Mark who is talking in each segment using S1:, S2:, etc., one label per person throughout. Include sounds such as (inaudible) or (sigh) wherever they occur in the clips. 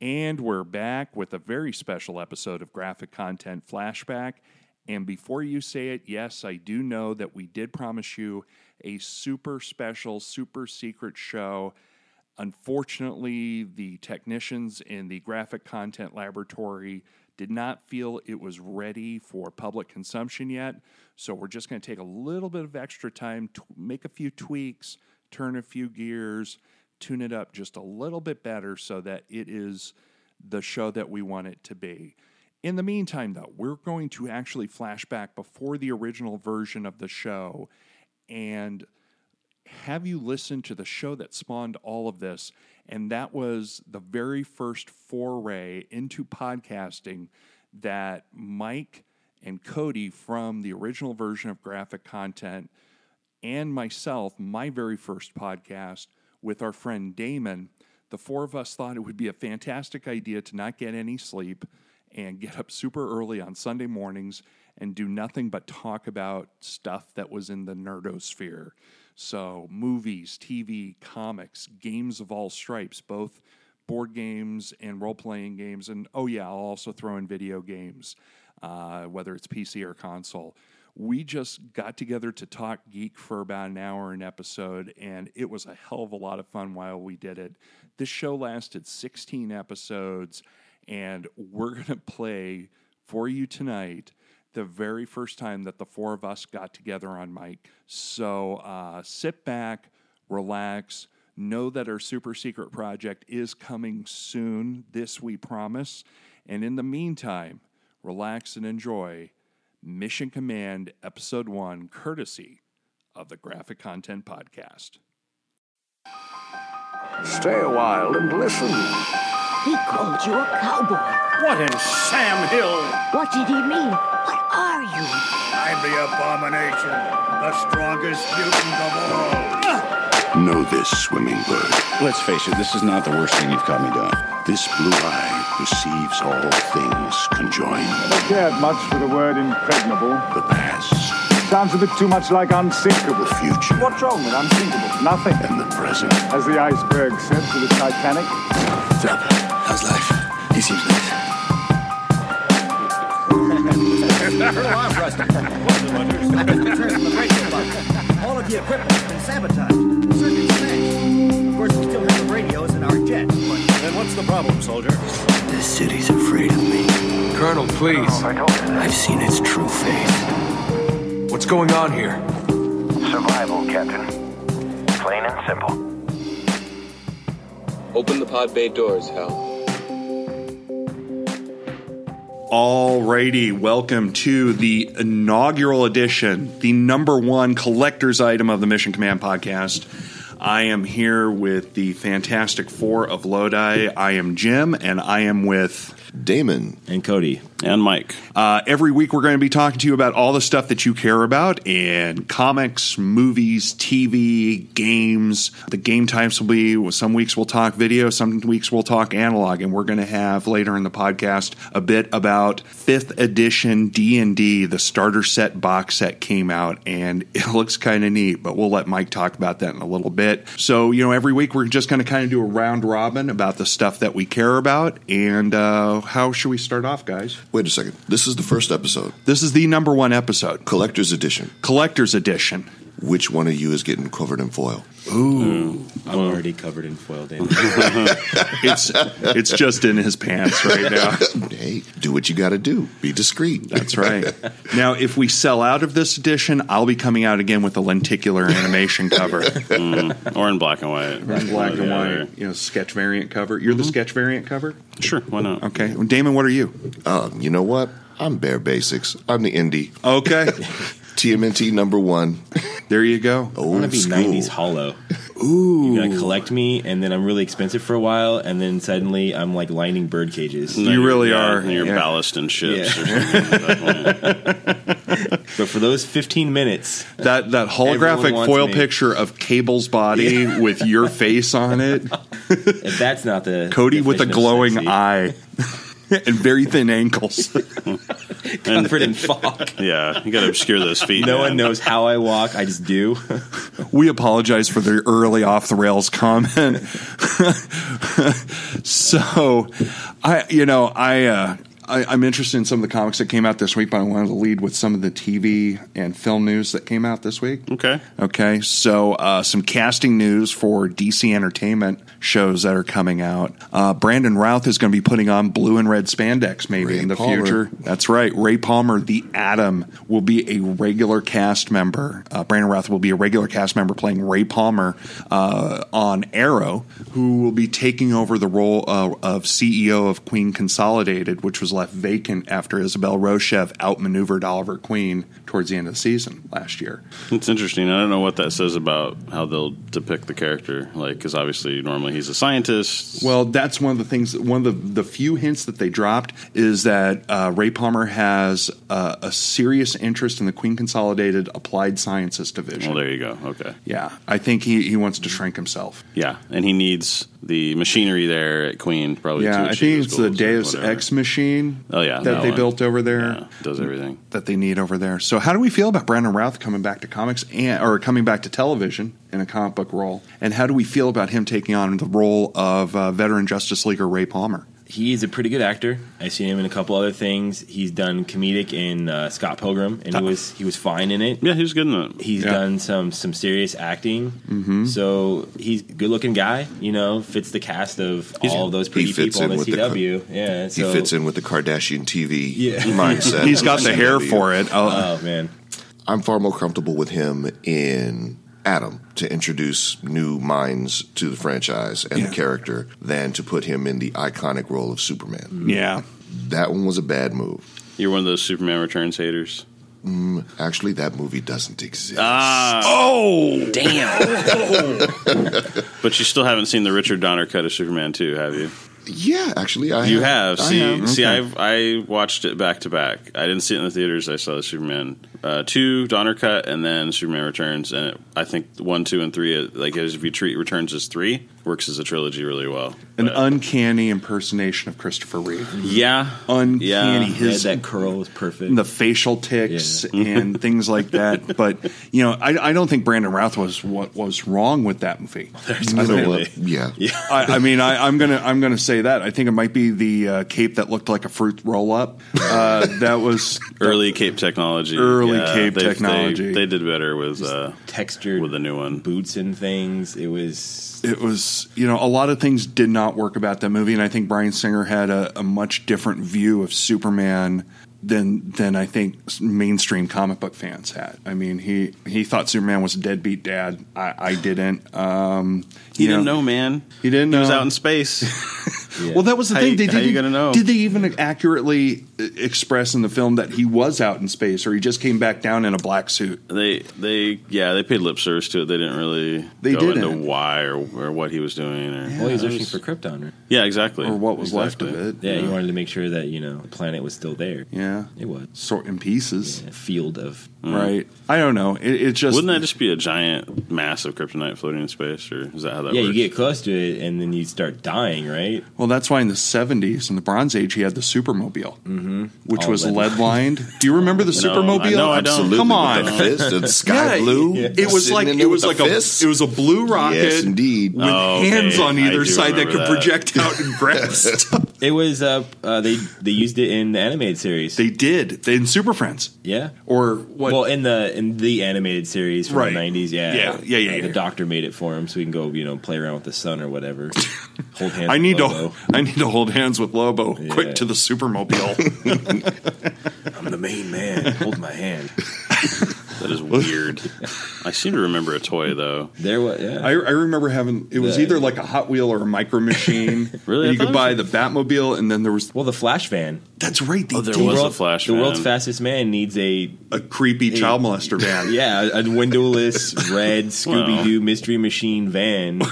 S1: And we're back with a very special episode of Graphic Content Flashback. And before you say it, yes, I do know that we did promise you a super special, super secret show. Unfortunately, the technicians in the Graphic Content Laboratory did not feel it was ready for public consumption yet. So we're just going to take a little bit of extra time to make a few tweaks, turn a few gears, tune it up just a little bit better so that it is the show that we want it to be. In the meantime, though, we're going to actually flash back before the original version of the show and have you listened to the show that spawned all of this? And that was the very first foray into podcasting that Mike and Cody from the original version of graphic content and myself, my very first podcast with our friend Damon, the four of us thought it would be a fantastic idea to not get any sleep and get up super early on Sunday mornings and do nothing but talk about stuff that was in the nerdosphere. So, movies, TV, comics, games of all stripes, both board games and role playing games. And oh, yeah, I'll also throw in video games, uh, whether it's PC or console. We just got together to talk geek for about an hour an episode, and it was a hell of a lot of fun while we did it. This show lasted 16 episodes, and we're (laughs) going to play for you tonight the very first time that the four of us got together on mic. So uh, sit back, relax, know that our super secret project is coming soon. This we promise. And in the meantime, relax and enjoy Mission Command Episode 1, courtesy of the Graphic Content Podcast.
S2: Stay a while and listen.
S3: He called you a cowboy.
S4: What in Sam Hill?
S3: What did he mean? What are you?
S4: I'm the abomination, the strongest mutant of all.
S2: Know this, swimming bird.
S5: Let's face it, this is not the worst thing you've caught me doing.
S2: This blue eye perceives all things conjoined.
S6: I cared much for the word impregnable.
S2: The past,
S6: Sounds a bit too much like unsinkable.
S2: the future,
S6: What's wrong with unsinkable? Nothing.
S2: and the present.
S6: As the iceberg said to the Titanic,
S7: How's life? He seems nice.
S8: I've just returned from the radio bunker. All of the equipment's been sabotaged. Circuits smashed. Of course, we still have the radios and our jet. But
S4: Then what's the problem, soldier?
S7: This city's afraid of me.
S9: Colonel, please.
S7: I've seen its true face.
S9: What's going on here?
S10: Survival, Captain. Plain and simple.
S11: Open the pod bay doors, Hal.
S1: Alrighty, welcome to the inaugural edition, the number one collector's item of the Mission Command podcast. I am here with the Fantastic Four of Lodi. I am Jim, and I am with.
S5: Damon. And Cody. And Mike.
S1: Uh, every week, we're going to be talking to you about all the stuff that you care about in comics, movies, TV, games. The game types will be some weeks we'll talk video, some weeks we'll talk analog, and we're going to have later in the podcast a bit about fifth edition D and D. The starter set box set came out, and (laughs) it looks kind of neat. But we'll let Mike talk about that in a little bit. So you know, every week we're just going to kind of do a round robin about the stuff that we care about. And uh, how should we start off, guys?
S12: Wait a second. This is the first episode,
S1: This is the number one episode,
S12: collector's edition.
S1: collector's edition.
S12: Which one of you is getting covered in foil?
S5: I'm already covered in foil, Damon.
S1: It's it's just in his pants right now.
S12: (laughs) Hey, do what you got to do. Be discreet.
S1: That's right. Now, if we sell out of this edition, I'll be coming out again with a lenticular animation (laughs) cover,
S5: or in black and white.
S1: black and white, you know, sketch variant cover. You're the sketch variant cover.
S5: Sure, why not?
S1: Mm-hmm. Okay, well, Damon, what are you?
S12: Um, you know what? I'm bare basics. I'm the indie.
S1: Okay,
S12: TMNT number
S5: (laughs)
S12: one.
S1: there you go.
S12: Old school.
S5: hollow. Ooh. You're gonna collect me, and then I'm really expensive for a while, and then suddenly I'm like lining bird cages.
S1: You really are. Yeah.
S5: ballast and ships or something. (laughs) but for those 15 minutes,
S1: That that
S5: Everyone
S1: holographic
S5: wants
S1: foil
S5: me.
S1: picture of Cable's body (laughs) with your face on it,
S5: (laughs) if that's not the
S1: Cody with a
S5: definition of
S1: glowing
S5: sexy,
S1: eye. (laughs) and very thin ankles.
S5: (laughs) Covered in (laughs) fog.
S13: Yeah, you got to obscure those feet.
S5: No
S13: man.
S5: one knows how I walk. I just do.
S1: we apologize for the early off the rails comment. (laughs) so, I you know I, uh, I I'm interested in some of the comics that came out this week, but I wanted to lead with some of the TV and film news that came out this week.
S13: Okay.
S1: Okay. So uh, some casting news for DC Entertainment shows that are coming out. Uh, Brandon Routh is going to be putting on blue and red spandex maybe
S12: Ray
S1: in the
S12: Palmer.
S1: future. That's right. Ray Palmer, the Atom, will be a regular cast member. Uh, Brandon Routh will be a regular cast member playing Ray Palmer uh, on Arrow, who will be taking over the role uh, of CEO of Queen Consolidated, which was left vacant after Isabel Rochev outmaneuvered Oliver Queen towards the end of the season last year.
S13: It's interesting. I don't know what that says about how they'll depict the character. Like, because obviously, normally he's a scientist.
S1: Well, that's one of the things. One of the, the few hints that they dropped is that uh, Ray Palmer has uh, a serious interest in the Queen Consolidated Applied Sciences Division.
S13: Well, there you go. Okay.
S1: yeah, I think he, he wants to shrink himself.
S13: Yeah, and he needs the machinery there at Queen probably.
S1: yeah,
S13: to
S1: I
S13: achieve
S1: think
S13: his
S1: it's the
S13: goals or
S1: Deus
S13: whatever.
S1: Ex machine.
S13: Oh, yeah,
S1: that,
S13: that
S1: they
S13: one.
S1: built over there.
S13: Yeah, does everything.
S1: That they need over there. So, how do we feel about Brandon Routh coming back to comics and or coming back to television in a comic book role? And how do we feel about him taking on the role of uh, veteran Justice Leaguer Ray Palmer?
S5: He is a pretty good actor. I've seen him in a couple other things. He's done comedic in uh, Scott Pilgrim, and he was he was fine in it.
S13: Yeah, he was good in that.
S5: He's
S13: Yeah.
S5: done some some serious acting,
S13: Mhm.
S5: so he's a good looking guy. You know, fits the cast of
S12: He's-
S5: all of those pretty
S12: he fits
S5: people in
S12: in
S5: the
S12: with the
S5: CW. yeah, so
S12: he fits in with the Kardashian TV
S1: (laughs)
S5: Yeah.
S12: mindset.
S5: He's got
S12: of
S5: the hair
S12: CW.
S1: for it.
S5: oh man,
S12: I'm far more comfortable with him in Adam to introduce new minds to the franchise and
S1: Yeah.
S12: the character than to put him in the iconic role of Superman.
S1: Yeah.
S12: That one was a bad move.
S13: You're one of those Superman Returns haters.
S12: Mm, actually, that movie doesn't exist.
S13: Ah.
S1: Oh,
S13: damn. (laughs) but you still haven't seen the Richard Donner cut of Superman 2, have you?
S12: Yeah, actually, I
S13: you have.
S12: I
S13: See,
S12: have.
S1: Mm-hmm.
S13: see,
S12: Okay.
S13: I've I watched it back to back. I didn't see it in the theaters. I saw the Superman uh, two Donner cut, and then Superman Returns, and it, I think one, two, and three. uh, Like as if you treat Returns as three, works as a trilogy really well.
S1: An uncanny impersonation of Christopher Reeve.
S13: Yeah,
S1: uncanny.
S13: Yeah.
S1: His
S5: that curl was perfect.
S1: the facial ticks and things like that. But you know, I, I don't think Brandon Routh was what was wrong with that movie.
S12: You
S1: I
S12: know
S1: think-
S12: what?
S1: (laughs)
S12: Yeah.
S1: I, I mean, I, I'm gonna I'm gonna say that. I think it might be the uh, cape that looked like a fruit roll up. Uh, that was
S13: Early Cape technology.
S1: Early cape
S13: they- they-
S1: technology.
S13: They, did better with uh,
S5: textured
S13: with the new one.
S5: boots and things. It was
S1: it was you know a lot of things did not work about that movie, and I think Brian Singer had a, a much different view of Superman than than I think s- mainstream comic book fans had. I mean, he he thought Superman was a deadbeat dad. I, I didn't. Um,
S13: He
S1: you
S13: didn't know, man.
S1: He didn't
S13: He was
S1: know.
S13: out in space. (laughs)
S1: Well, that was the
S13: How
S1: thing.
S13: you-
S1: they
S13: how you
S1: didn't,
S13: gonna know?
S1: Did they even accurately uh, express in the film that he was out in space, or he just came back down in a black suit?
S13: they they yeah they paid lip service to it. They didn't really
S1: They
S13: go
S1: didn't.
S13: into why or, or what he was doing or
S5: well, he was looking for Krypton, right?
S13: yeah exactly
S1: Or what was left of
S13: Exactly.
S1: it.
S5: Yeah, he wanted to make sure that you know the planet was still there.
S1: Yeah,
S5: It was
S1: sort in pieces,
S5: a field of
S1: right? I don't know. It, it just
S13: Hmm. Wouldn't that just be a giant mass of kryptonite floating in space, or is that how that
S5: yeah,
S13: works?
S5: you get close to it and then you start dying, right?
S1: Well, that's why in the 70s, in the Bronze Age, he had the Supermobile, mm-hmm. which
S5: All
S1: was
S5: lead-
S1: lead lined. Do you remember the Supermobile?
S13: I- no, I don't. Absolutely,
S1: Come
S13: but
S1: on.
S13: the
S12: fist,
S1: (laughs)
S12: the (laughs) sky blue,
S1: It was
S12: sitting
S1: like
S12: in
S1: it
S12: there
S1: was
S12: with
S1: like
S12: the
S1: a
S12: fist.
S1: it was a blue rocket Uh,
S12: Yes, indeed.
S1: with
S13: Oh, okay.
S1: hands on
S13: I
S1: either
S13: do
S1: side that
S13: remember
S1: could
S13: that.
S1: project out and grab stuff.
S5: It was uh, uh they they used it in the animated series.
S1: They did They- in Super Friends
S5: yeah.
S1: or what?
S5: Well, in the in the animated series from
S1: Right.
S5: the nineties, yeah,
S1: Yeah, yeah, yeah,
S5: Uh, The
S1: yeah.
S5: doctor made it for him, so he can go, you know, play around with the sun
S1: (laughs)
S5: or whatever. Hold hands.
S1: I
S5: with
S1: need to
S5: Lobo.
S1: (laughs) I need to hold hands with Lobo.
S5: Yeah.
S1: Quick to the Supermobile.
S5: I'm the main man. Hold my hand.
S13: That
S5: (laughs)
S13: is weird. I seem to remember a toy though.
S5: There was. Yeah.
S1: I, I remember having it was
S5: The-
S1: either like a Hot Wheel or a Micro Machine.
S13: Really?
S1: And
S13: I
S1: you
S13: thought
S1: could
S13: it
S1: buy
S13: was-
S1: the Batmobile, and then there was
S5: well, the Flash van.
S1: that's right. They
S13: there
S1: did.
S13: was a
S5: World-
S13: Flash
S5: The world's
S13: van.
S5: fastest man needs a
S1: a creepy
S5: Hey.
S1: child molester van.
S5: (laughs) yeah a
S1: (laughs)
S5: windowless red Scooby Doo mystery machine van.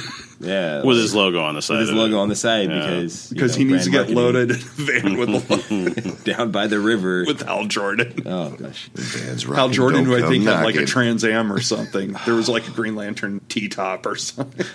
S5: Yeah,
S13: With his logo on the side.
S5: with his
S13: of
S5: logo
S13: it.
S5: on the side
S13: Yeah.
S5: because you
S1: Because
S5: know,
S1: he needs to
S5: brand
S1: get
S5: marketing.
S1: loaded in a van with, (laughs)
S5: (laughs) down by the river.
S1: with Hal Jordan.
S5: oh gosh,
S12: Fans
S1: Hal
S12: rocking,
S1: Jordan,
S12: don't
S1: who I think
S12: come
S1: had like a
S12: knocking.
S1: Trans Am or something. There was like a Green Lantern T top or (laughs) something.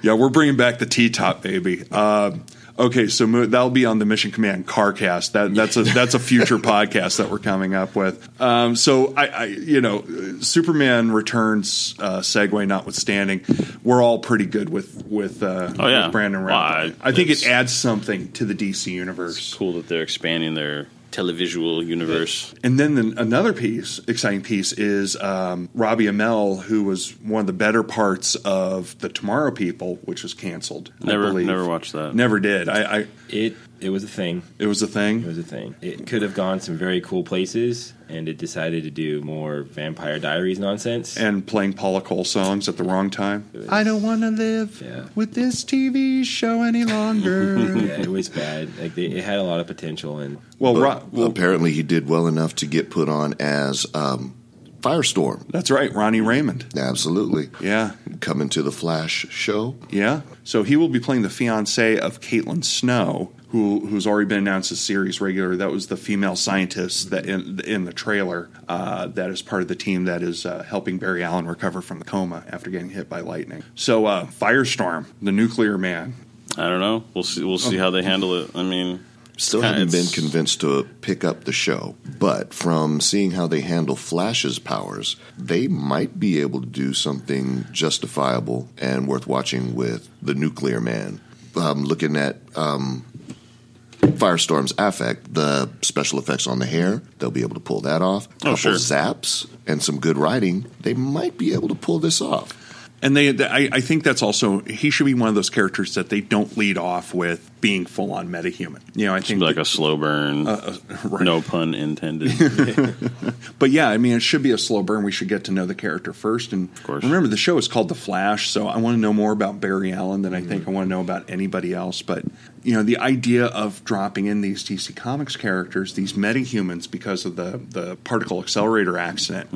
S1: yeah, we're bringing back the T top, baby. Um, Okay, so mo- that'll be on the Mission Command CarCast. That that's a that's a future podcast that we're coming up with. Um, so I, I, you know, Superman Returns uh, segue notwithstanding, we're all pretty good with with, uh,
S13: Oh, yeah.
S1: with Brandon
S13: Well,
S1: Routh.
S13: I-
S1: I think it
S13: it's-
S1: adds something to the DC universe.
S13: It's cool that they're expanding their televisual universe.
S1: And then the, another piece, exciting piece, is um, Robbie Amell, who was one of the better parts of the Tomorrow People, which was canceled. I
S13: Never,
S1: believe.
S13: never watched that.
S1: Never did. I, I
S5: it it was a thing.
S1: It was a thing.
S5: It was a thing. It could have gone some very cool places, and it decided to do more Vampire Diaries nonsense.
S1: and playing Paula Cole songs at the wrong time. I don't want to live with this TV show any
S5: (laughs) yeah,
S1: longer.
S5: it was bad. Like they, it had a lot of potential, and
S1: Well,
S12: But
S1: Ro- well,
S12: apparently he did well enough to get put on as um, Firestorm.
S1: that's right, Ronnie Raymond.
S12: Absolutely.
S1: Yeah,
S12: Coming to the Flash show.
S1: yeah. So he will be playing the fiance of Caitlin Snow, who who's already been announced as series regular. That was the female scientist that in in the trailer uh, that is part of the team that is uh, helping Barry Allen recover from the coma after getting hit by lightning. So uh, Firestorm, the nuclear man.
S13: I don't know. We'll see. We'll
S1: Oh.
S13: see how they handle it. I mean,
S12: Still
S13: kinda-
S12: haven't been
S13: it's-
S12: convinced to pick up the show, but from seeing how they handle Flash's powers, they might be able to do something justifiable and worth watching with the Nuclear Man. Um, looking at um, Firestorm's affect, the special effects on the hair, they'll be able to pull that off.
S13: Oh,
S12: couple
S13: sure.
S12: zaps and some good writing, they might be able to pull this off.
S1: And they, th- I, I think that's also he should be one of those characters that they don't lead off with being full on metahuman. You know, I
S13: Should
S1: think,
S13: be like a slow burn.
S1: Uh, uh, (laughs) right.
S13: No
S1: (laughs)
S13: pun intended.
S1: but yeah, I mean, it should be a slow burn. We should get to know the character first. And of
S13: course.
S1: remember, the show is called The Flash, so I want to know more about Barry Allen than I think I want to know about anybody else. But you know, the idea of dropping in these DC Comics characters, these metahumans, because of the the particle accelerator accident,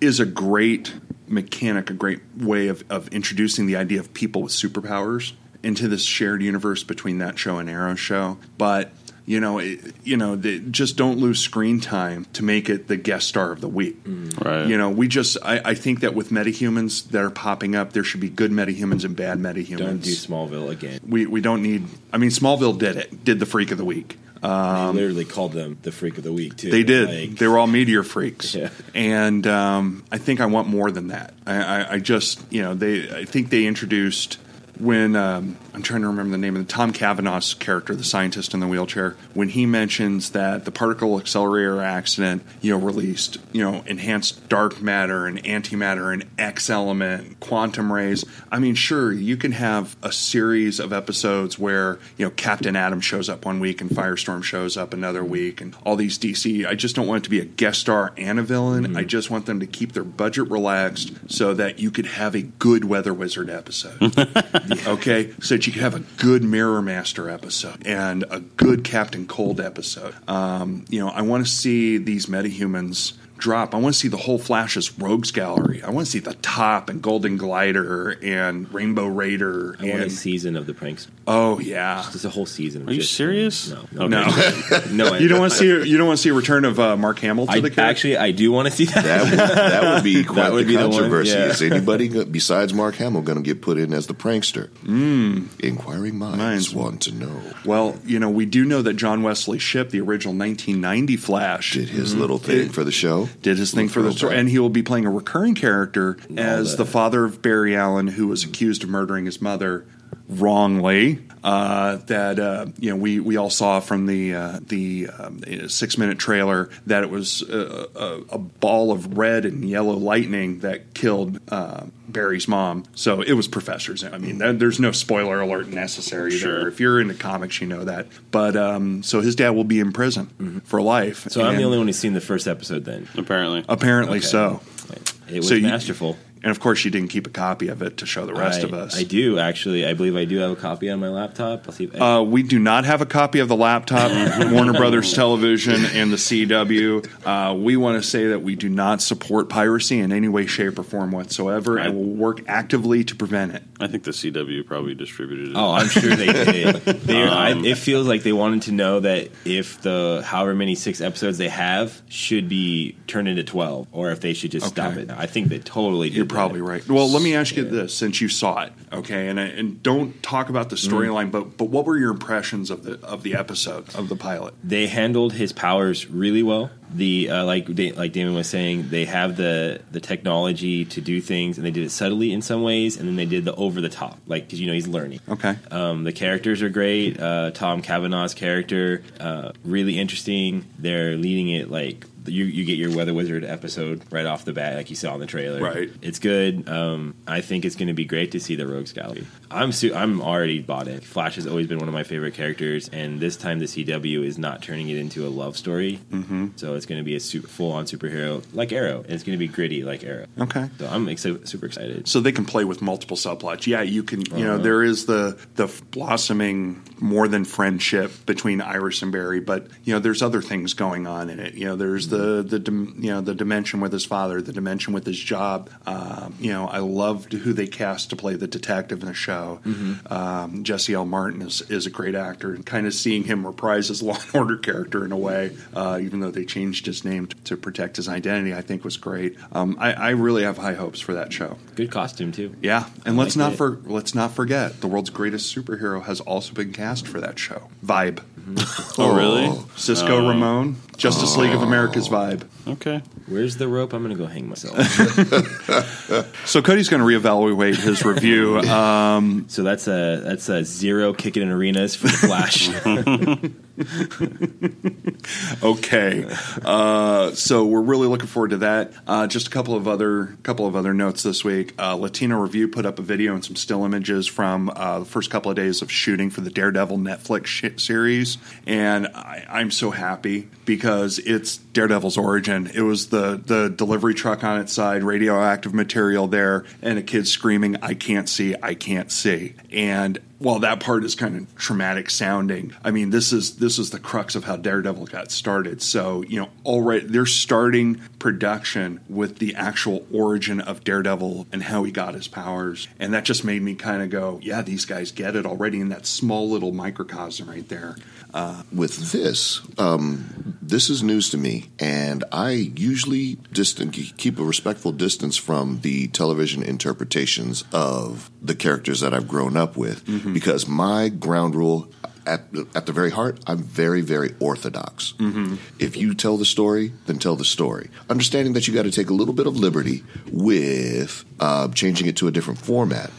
S1: is a great mechanic, a great way of, of introducing the idea of people with superpowers into this shared universe between that show and Arrow show. But you know, it, you know, they just don't lose screen time to make it the guest star of the week.
S13: Right.
S1: You know, we just I, I think that with metahumans that are popping up, there should be good metahumans and bad metahumans.
S5: don't do Smallville again.
S1: we we don't need. I mean, Smallville did it. Did the freak of the week. Um,
S5: they literally called them the Freak of the Week too.
S1: they did.
S5: Like,
S1: they were all meteor freaks,
S5: (laughs) Yeah.
S1: and um, I think I want more than that. I, I, I just, you know, they. I think they introduced when um, I'm trying to remember the name of the Tom Kavanaugh's character, the scientist in the wheelchair, when he mentions that the particle accelerator accident, you know, released, you know, enhanced dark matter and antimatter and X element, quantum rays. I mean, sure, you can have a series of episodes where you know Captain Atom shows up one week and Firestorm shows up another week, and all these DC. I just don't want it to be a guest star and a villain. I just want them to keep their budget relaxed so that you could have a good Weather Wizard episode. okay, so that you could have a good Mirror Master episode and a good Captain Cold episode. Um, you know, I want to see these metahumans drop. I want to see the whole Flash's Rogues Gallery. I want to see the Top and Golden Glider and Rainbow Raider.
S5: I want a
S1: and-
S5: season of the pranks.
S1: oh yeah.
S5: Just a whole season.
S13: Are you serious?
S5: No,
S13: Okay.
S1: No,
S5: (laughs)
S1: (laughs)
S5: no. I-
S1: you don't want to see you don't want to see a return of uh, Mark Hamill to
S5: I,
S1: the character.
S5: actually, I do want to see that.
S12: That would, that would be quite
S5: would
S12: the
S5: be the one,
S12: controversy.
S5: yeah.
S12: Is anybody go- besides Mark Hamill going to get put in as the prankster? Mm.
S5: Hmm.
S12: Inquiring minds,
S1: Minds.
S12: want to know.
S1: Well, you know, we do know that John Wesley Shipp, the original 1990 Flash,
S12: Did his
S5: Hmm.
S12: little thing for the show.
S1: did his thing for the story, and he will be playing a recurring character as the father of Barry Allen, who was accused of murdering his mother wrongly. Uh, that uh, you know, we we all saw from the uh, the um, six minute trailer that it was a, a, a ball of red and yellow lightning that killed uh, Barry's mom. So it was professors. I mean, there- there's no spoiler alert necessary there.
S13: Sure.
S1: If you're into comics, you know that. But um, so his dad will be in prison for life.
S5: (laughs) Mm-hmm. So I'm
S1: And
S5: the only one who's seen the first episode. Then
S13: Apparently,
S1: Apparently
S5: Okay.
S1: so.
S5: it was
S1: So you-
S5: masterful.
S1: And of course, you didn't keep a copy of it to show the rest
S5: I,
S1: of us.
S5: I do actually. I believe I do have a copy on my laptop. I'll see if
S1: Uh, we do not have a copy of the laptop, Warner Brothers Television, and the CW. Uh, we want to say that we do not support piracy in any way, shape, or form whatsoever, and will work actively to prevent it.
S13: I think the CW probably distributed it.
S5: (laughs) Oh, I'm sure they
S1: (laughs)
S5: did. They, I,
S1: Um,
S5: it feels like they wanted to know that if the however many six episodes they have should be turned into twelve, or if they should just stop
S1: Okay.
S5: it. I think they totally. Did
S1: You're
S5: that.
S1: probably right. Well, let me ask you this: since you saw it, okay, and I, and don't talk about the
S5: Mm-hmm.
S1: storyline, but but what were your impressions of the of the episode of the pilot?
S5: They handled his powers really well. The uh, like Da- like Damon was saying, they have the the technology to do things, and they did it subtly in some ways, and then they did the over the top, like because you know he's learning.
S1: Okay,
S5: Um, the characters are great. Uh, Tom Cavanaugh's character, uh, really interesting. They're leading it like you, you get your Weather Wizard episode right off the bat, like you saw in the trailer.
S1: Right.
S5: It's good. Um, I think it's going to be great to see the Rogues Gallery. I'm su- I'm already bought in. Flash has always been one of my favorite characters, and this time the CW is not turning it into a love story.
S1: Mm-hmm.
S5: So it's going to be a super, full on superhero like Arrow, and it's going to be gritty like Arrow.
S1: Okay.
S5: So I'm ex- super excited.
S1: So they can play with multiple subplots. Yeah, you can. You know,
S5: Uh-huh.
S1: there is the the blossoming more than friendship between Iris and Barry, but you know, there's other things going on in it. You know, there's the the dim, you know the dimension with his father, the dimension with his job. Um, you know, I loved who they cast to play the detective in the show. Um, Jesse L. Martin is, is a great actor, and kind of seeing him reprise his (laughs) Law and Order character in a way, uh, even though they changed his name t- to protect his identity, I think was great. Um, I, I really have high hopes for that show.
S5: Good costume too.
S1: Yeah, and
S5: I
S1: let's
S5: like
S1: not
S5: it.
S1: for let's not forget the world's greatest superhero has also been cast for that show. Vibe. (laughs)
S13: Oh, really?
S1: Cisco
S13: Oh.
S1: Ramon, Justice League of America's Vibe.
S13: Okay.
S5: Where's the rope? I'm going to go hang myself. (laughs)
S1: So Cody's going to reevaluate his review.
S13: (laughs)
S1: Um,
S5: so that's a that's a zero kicking in arenas for the Flash. (laughs)
S1: okay, uh, so we're really looking forward to that. Uh, just a couple of other couple of other notes this week. Uh, Latino Review put up a video and some still images from uh, the first couple of days of shooting for the Daredevil Netflix sh- series, and I, I'm so happy because it's Daredevil's origin. It was the the delivery truck on its side, radioactive material there, and a kid screaming, "I can't see, I can't see," and while that part is kind of traumatic sounding, I mean this is this is the crux of how Daredevil got started. So you know, all right, they're starting production with the actual origin of Daredevil and how he got his powers, and that just made me kind of go, yeah, these guys get it already in that small little microcosm right there.
S12: with this, um, this is news to me, and I usually distant, keep a respectful distance from the television interpretations of the characters that I've grown up with because my ground rule. At, at the very heart, I'm very, very orthodox. If you tell the story, then tell the story. Understanding that you got to take a little bit of liberty with uh, changing it to a different format.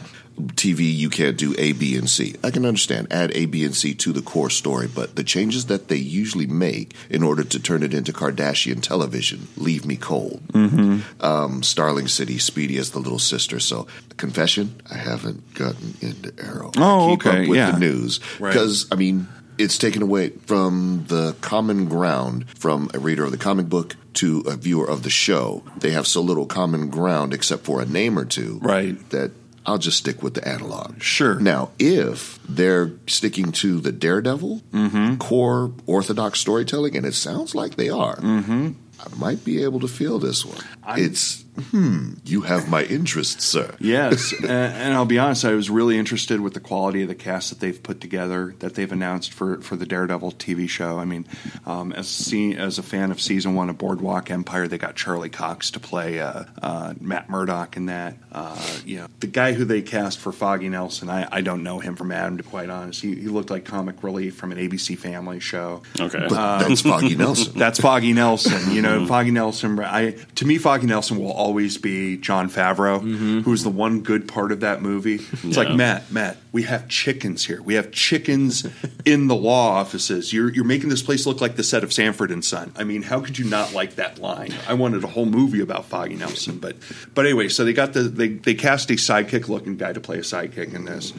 S12: TV, you can't do A, B, and C. I can understand add A, B, and C to the core story, but the changes that they usually make in order to turn it into Kardashian television leave me cold.
S14: Mm-hmm.
S12: Um, Starling City, Speedy as the little sister. So, confession, I haven't gotten into Arrow. I
S1: Oh,
S12: keep up
S1: okay,
S12: with
S1: yeah.
S12: the news
S1: Right.
S12: because I mean it's taken away from the common ground from a reader of the comic book to a viewer of the show. They have so little common ground except for a name or two, right? That I'll just stick with the analog. Sure. Now, if they're sticking to the Daredevil
S1: Mm-hmm.
S12: core orthodox storytelling, and it sounds like they are,
S1: Mm-hmm.
S12: I might be able to feel this one.
S1: I'm-
S12: it's hmm. You have my interest, sir.
S1: Yes, (laughs) and, and I'll be honest, I was really interested with the quality of the cast that they've put together, that they've announced for, for the Daredevil TV show. I mean, um, as seen, as a fan of season one of Boardwalk Empire, they got Charlie Cox to play uh, uh, Matt Murdock in that. Uh, you know, the guy who they cast for Foggy Nelson, I, I don't know him from Adam, to be quite honest. He, he looked like comic relief from an ABC Family show.
S13: Okay.
S1: Uh,
S12: But that's
S1: (laughs)
S12: Foggy Nelson.
S1: That's Foggy Nelson. You know, Foggy Nelson. I to me, Foggy Nelson will always be John Favreau, who's the one good part of that movie. It's like
S13: Yeah.
S1: Matt, Matt, we have chickens here. We have chickens in the law offices. You're you're making this place look like the set of Sanford and Son. I mean, how could you not like that line? I wanted a whole movie about Foggy Nelson, but but anyway, so they got the they they cast a sidekick looking guy to play a sidekick in this.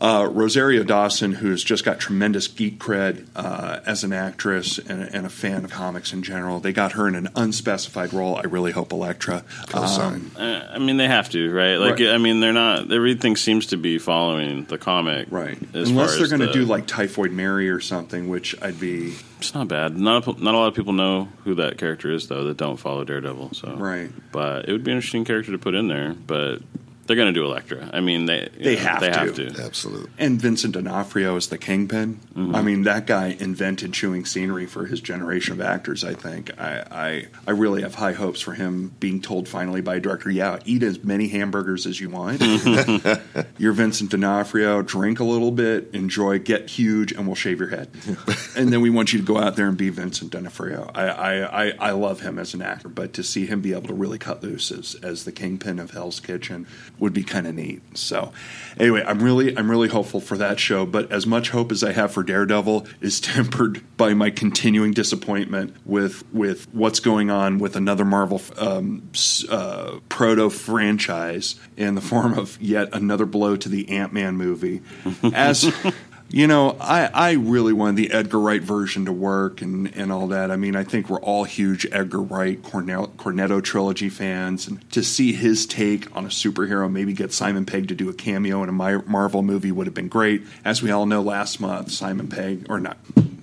S1: Uh, Rosario Dawson, who's just got tremendous geek cred uh, as an actress and, and a fan of comics in general, they got her in an unspecified role. I really hope Elektra. Um,
S13: Uh, I mean, they have to, right? Like,
S1: Right.
S13: I mean, they're not. Everything seems to be following the comic, right?
S1: unless they're going to do like Typhoid Mary or something, which I'd be
S13: it's not bad. Not a, not a lot of people know who that character is though that don't follow Daredevil. So
S1: right.
S13: but it would be an interesting character to put in there. But They're going to do Elektra. I mean, they
S1: They have
S13: they
S1: to.
S13: have to
S12: absolutely.
S1: And Vincent D'Onofrio is the kingpin. I mean, that guy invented chewing scenery for his generation of actors. I think I, I I really have high hopes for him being told finally by a director, yeah, eat as many hamburgers as you want. You're Vincent D'Onofrio. Drink a little bit, enjoy, get huge, and we'll shave your head. and then we want you to go out there and be Vincent D'Onofrio. I, I, I, I love him as an actor, but to see him be able to really cut loose as, as the kingpin of Hell's Kitchen would be kind of neat. So, anyway, I'm really I'm really hopeful for that show. But as much hope as I have for Daredevil is (laughs) tempered by my continuing disappointment with with what's going on with another Marvel um, s- uh, proto franchise in the form of yet another blow to the Ant Man movie. As you know, I, I really wanted the Edgar Wright version to work and, and all that. I mean, I think we're all huge Edgar Wright, Cornel, Cornetto trilogy fans. And to see his take on a superhero, maybe get Simon Pegg to do a cameo in a Mi- Marvel movie would have been great. As we all know, last month, Simon Pegg, or not,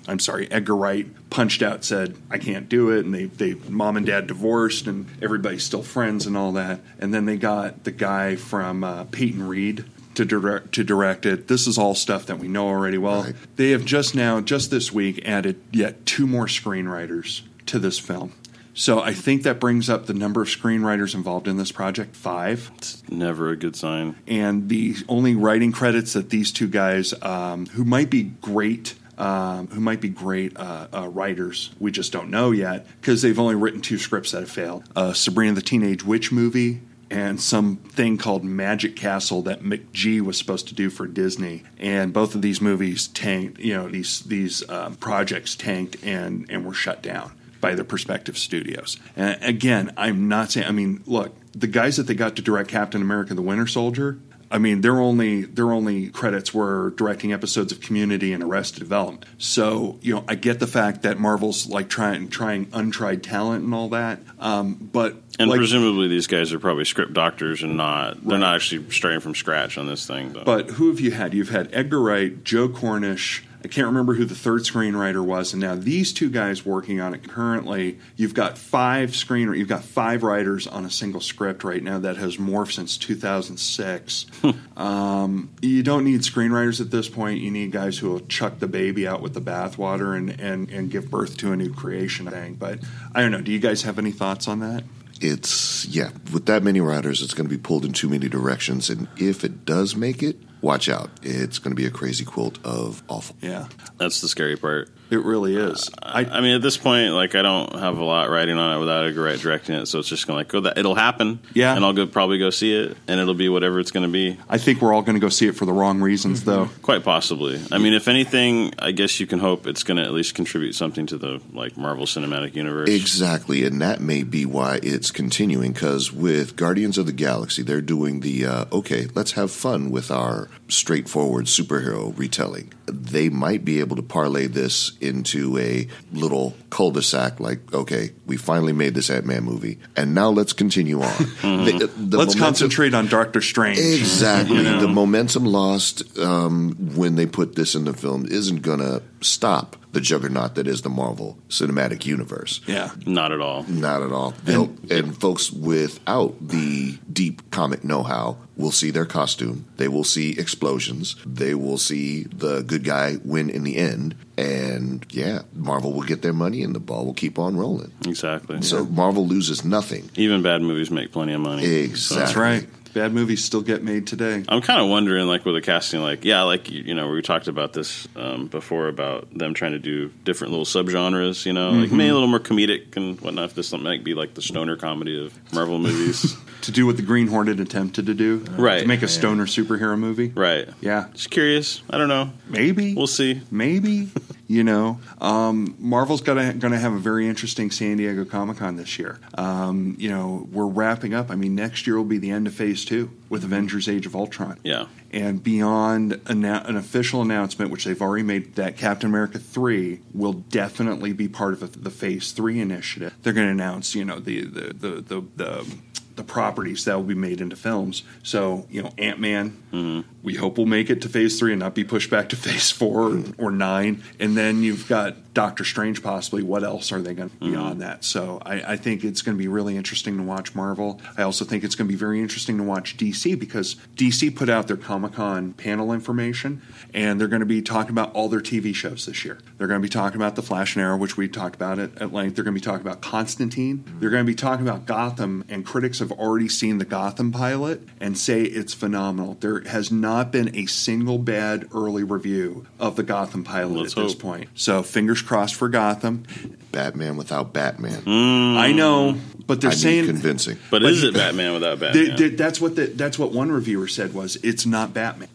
S1: I'm sorry, Edgar Wright punched out, said, I can't do it. And they, they, mom and dad divorced, and everybody's still friends and all that. And then they got the guy from uh, Peyton Reed to direct to direct it. This is all stuff that we know already. Well, they have just now, just this week, added yet two more screenwriters to this film. So I think that brings up the number of screenwriters involved in this project five.
S13: Never a good sign.
S1: And the only writing credits that these two guys, um, who might be great, um, who might be great uh, uh, writers, we just don't know yet because they've only written two scripts that have failed: uh, Sabrina the Teenage Witch movie and something called Magic Castle that McG was supposed to do for Disney. And both of these movies tanked. You know, these these um, projects tanked and and were shut down by their prospective studios. And again, I'm not saying. I mean, look, the guys that they got to direct Captain America: The Winter Soldier. I mean, their only their only credits were directing episodes of Community and Arrested Development. So you know, I get the fact that Marvel's like trying trying untried talent and all that, um, but
S13: And
S1: like,
S13: presumably these guys are probably script doctors and not they're not actually starting from scratch on this thing. Though.
S1: But who have you had? You've had Edgar Wright, Joe Cornish. I can't remember who the third screenwriter was, and now these two guys working on it currently. You've got five screen, you've got five writers on a single script right now that has morphed since 2006. um, you don't need screenwriters at this point. You need guys who will chuck the baby out with the bathwater and and and give birth to a new creation thing. But I don't know. Do you guys have any thoughts on that?
S12: It's yeah, with that many riders, it's going to be pulled in too many directions, and if it does make it, watch out. It's going to be a crazy quilt of awful.
S1: Yeah,
S13: That's the scary part.
S1: It really is.
S13: I, I mean, at this point, like I don't have a lot writing on it without Edgar Wright directing it, so it's just gonna like go that it'll happen.
S1: Yeah.
S13: and I'll go probably go see it, and it'll be whatever it's gonna be.
S1: I think we're all going to go see it for the wrong reasons, though.
S13: Quite possibly. I mean, if anything, I guess you can hope it's gonna at least contribute something to the like Marvel Cinematic Universe.
S12: Exactly, and that may be why it's continuing. Because with Guardians of the Galaxy, they're doing the uh, okay, let's have fun with our straightforward superhero retelling. They might be able to parlay this into a little cul-de-sac. Like, okay, we finally made this Ant Man movie, and now let's
S1: (laughs)
S12: continue on. The- uh, the
S1: Hmm. Let's
S12: momentum-
S1: concentrate on Doctor Strange. (laughs)
S12: Exactly.
S1: You know?
S12: The momentum lost um, when they put this in the film isn't going to stop the juggernaut that is the Marvel Cinematic Universe.
S1: Yeah.
S13: Not at all.
S12: Not at all. They'll- And, folks without the deep comic know how will see their costume, they will see explosions, they will see the good guy win in the end. And yeah, Marvel will get their money and the ball will keep on rolling.
S13: Exactly.
S12: So Marvel loses nothing.
S13: Even bad movies make plenty of money.
S12: Exactly.
S1: That's right. Bad movies still get made today.
S13: I'm kind of wondering, like, with the casting, like, yeah, like, you, you know, we talked about this um, before about them trying to do different little subgenres, you know, like
S1: Mhm.
S13: maybe a little more comedic and whatnot. If this might be like the stoner comedy of
S1: (laughs)
S13: Marvel movies,
S1: To do what the Green Hornet attempted to do,
S13: Right.
S1: To make
S13: Yeah.
S1: a stoner superhero movie,
S13: right?
S1: Yeah,
S13: Just curious. I don't know.
S1: maybe
S13: We'll see.
S1: maybe (laughs) you know um, marvel's gonna gonna have a very interesting san diego comic-con this year um, you know we're wrapping up i mean next year will be the end of phase two with avengers age of ultron
S13: Yeah.
S1: and beyond annou- an official announcement which they've already made that captain america 3 will definitely be part of the phase 3 initiative they're going to announce you know the the the the, the the properties that will be made into films. So, you know, Ant Man, mm-hmm. we hope will make it to phase three and not be pushed back to phase 4 mm-hmm. or, or, nine. And then you've got Doctor Strange, possibly. What else are they going to be mm-hmm. on that? So I, I think it's going to be really interesting to watch Marvel. I also think it's going to be very interesting to watch DC because DC put out their Comic Con panel information and they're going to be talking about all their TV shows this year. They're going to be talking about The Flash and Arrow, which we talked about at, at length. They're going to be talking about Constantine. They're going to be talking about Gotham and critics have already seen the Gotham pilot and say it's phenomenal. There has not been a single bad early review of the Gotham pilot Let's at hope. this point. So fingers crossed for Gotham.
S12: Batman without Batman.
S1: Mm. I know, but they're I saying
S12: convincing.
S13: But, but is it Batman without Batman?
S1: They, they, that's what the, that's what one reviewer said was it's not Batman.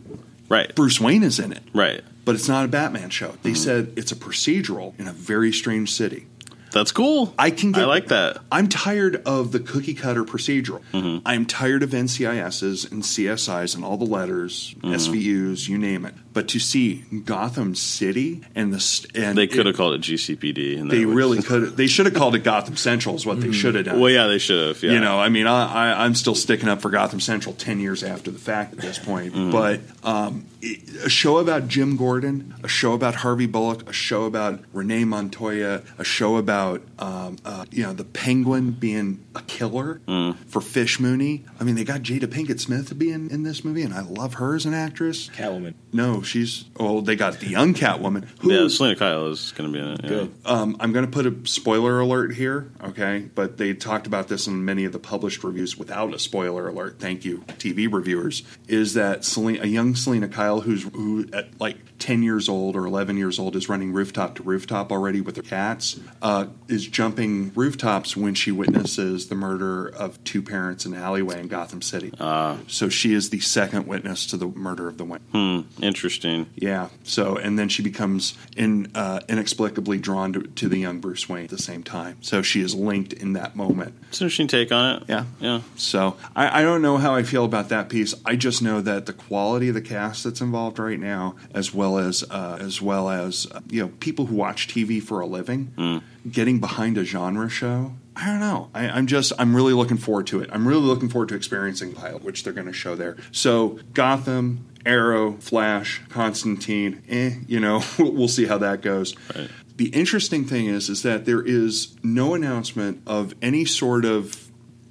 S13: Right.
S1: Bruce Wayne is in it.
S13: Right.
S1: But it's not a Batman show.
S13: Hmm.
S1: They mm. said it's a procedural in a very strange city.
S13: That's cool.
S1: I can. Get,
S13: I like that.
S1: I'm tired of the cookie cutter procedural. Mm-hmm. I'm tired of NCISs and CSIs and all the letters, mm-hmm. SVUs, you name it. But to see Gotham City and the and
S13: they could have called it GCPD.
S1: they really could. They should have called it Gotham Central. Is what mm-hmm. they should have done.
S13: (laughs) Well, yeah, they should have. Yeah.
S1: You know, I mean, I, am still sticking up for Gotham Central ten years after the fact at this point. But um, a show about Jim Gordon, a show about Harvey Bullock, a show about Renee Montoya, a show about um, uh, you know the Penguin being a killer mm. for Fish Mooney. I mean, they got Jada Pinkett Smith to be in, in this movie, and I love her as an actress.
S5: Catwoman.
S1: No, she's oh, they got the young Catwoman.
S13: Who, yeah, Selena Kyle is going to be in it. Yeah. Good.
S1: Um, I'm going to put a spoiler alert here, okay? But they talked about this in many of the published reviews without a spoiler alert. Thank you, TV reviewers. Is that Selena, a young Selena Kyle? who's who at like 10 years old or 11 years old is running rooftop to rooftop already with her cats uh, is jumping rooftops when she witnesses the murder of two parents in an alleyway in gotham city
S13: uh,
S1: so she is the second witness to the murder of the women
S13: hmm, interesting
S1: yeah so and then she becomes in, uh, inexplicably drawn to, to, the young bruce wayne at the same time so she is linked in that moment
S13: it's an interesting take on it
S1: yeah
S13: yeah
S1: so I, I don't know how i feel about that piece i just know that the quality of the cast that's involved right now as well as uh, as well as uh, you know people who watch TV for a living
S13: mm.
S1: getting behind a genre show. I don't know. I, am just I'm really looking forward to it. I'm really looking forward to experiencing pilot, which they're going to show there. So Gotham, Arrow, Flash, Constantine. Eh, you know (laughs) we'll see how that goes.
S13: Right.
S1: The interesting thing is is that there is no announcement of any sort of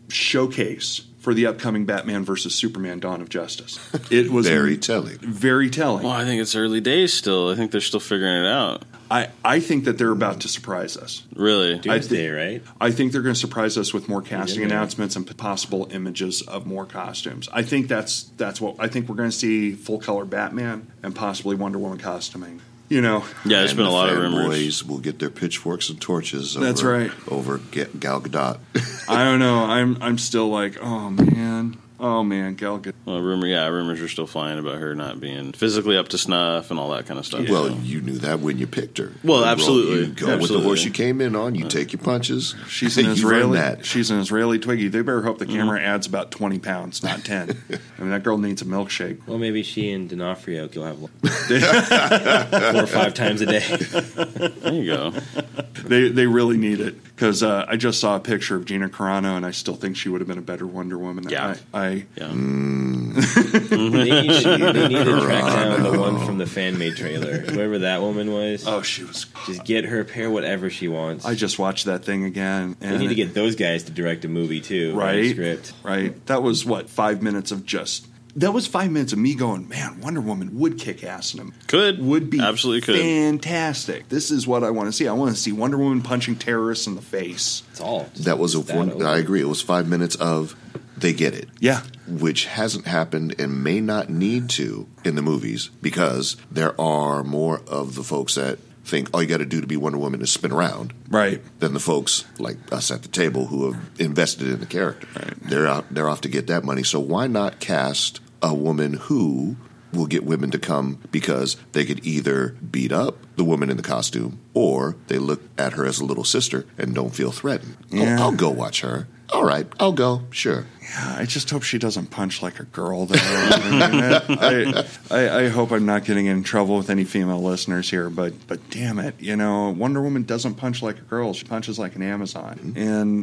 S1: showcase for the upcoming Batman versus Superman Dawn of Justice. It was
S12: (laughs) very telling.
S1: Very telling.
S13: Well, I think it's early days still. I think they're still figuring it out.
S1: I, I think that they're about to surprise us.
S13: Really?
S5: Tuesday, I th-
S1: right? I think they're going to surprise us with more casting yeah, yeah. announcements and possible images of more costumes. I think that's that's what I think we're going to see full color Batman and possibly Wonder Woman costuming you know. (laughs)
S13: Yeah, there's
S12: and
S13: been a lot of rumors.
S12: Boys will get their pitchforks and torches. Over,
S1: That's right.
S12: Over Gal Gadot.
S1: I don't know. I'm I'm still like, oh man, oh man, Gal Gadot.
S13: Well, rumor, yeah, rumors are still flying about her not being physically up to snuff and all that kind of stuff.
S12: Yeah. Well, you knew that when you picked her.
S13: Well, absolutely.
S12: You go absolutely. with the horse you came in on. You uh, take your punches.
S1: (laughs)
S12: (laughs)
S1: She's an Israeli. She's an Israeli Twiggy. They better hope the
S13: Mm-hmm.
S1: camera mm. adds about twenty pounds, not
S13: (laughs)
S1: ten. I mean, that girl needs a milkshake.
S5: Well, maybe she and D'Onofrio will have four or five times a day.
S13: there you go.
S1: They they really need it because uh, I just saw a picture of Gina Carano, and I still think she would have been a better Wonder Woman.
S13: Yeah.
S1: I, I
S13: yeah.
S12: Mm.
S5: they, need, she, they need to track down the one from the fan made trailer. Whoever that woman was.
S1: Oh, she was.
S5: Just get her, pair whatever she wants.
S1: I just watched that thing again.
S5: And they need to get those guys to direct a movie too,
S1: right?
S5: script,
S1: right? That was what five minutes of just. That was five minutes of me going, man, Wonder Woman would kick ass in him.
S13: Could.
S1: Would be
S13: absolutely could.
S1: fantastic. This is what I want to see. I want to see Wonder Woman punching terrorists in the face.
S5: It's all.
S12: That was a that one. Over. I agree. It was five minutes of they get it.
S1: Yeah.
S12: Which hasn't happened and may not need to in the movies because there are more of the folks that think all you got to do to be Wonder Woman is spin around.
S1: Right.
S12: Than the folks like us at the table who have invested in the character.
S1: Right.
S12: They're out they're off to get that money. So why not cast a woman who will get women to come because they could either beat up the woman in the costume or they look at her as a little sister and don't feel threatened.
S1: Yeah.
S12: Oh, I'll go watch her. All right, I'll go. Sure.
S1: Yeah, I just hope she doesn't punch like a girl. Though (laughs) I, I, I hope I'm not getting in trouble with any female listeners here, but but damn it, you know, Wonder Woman doesn't punch like a girl; she punches like an Amazon, and (laughs)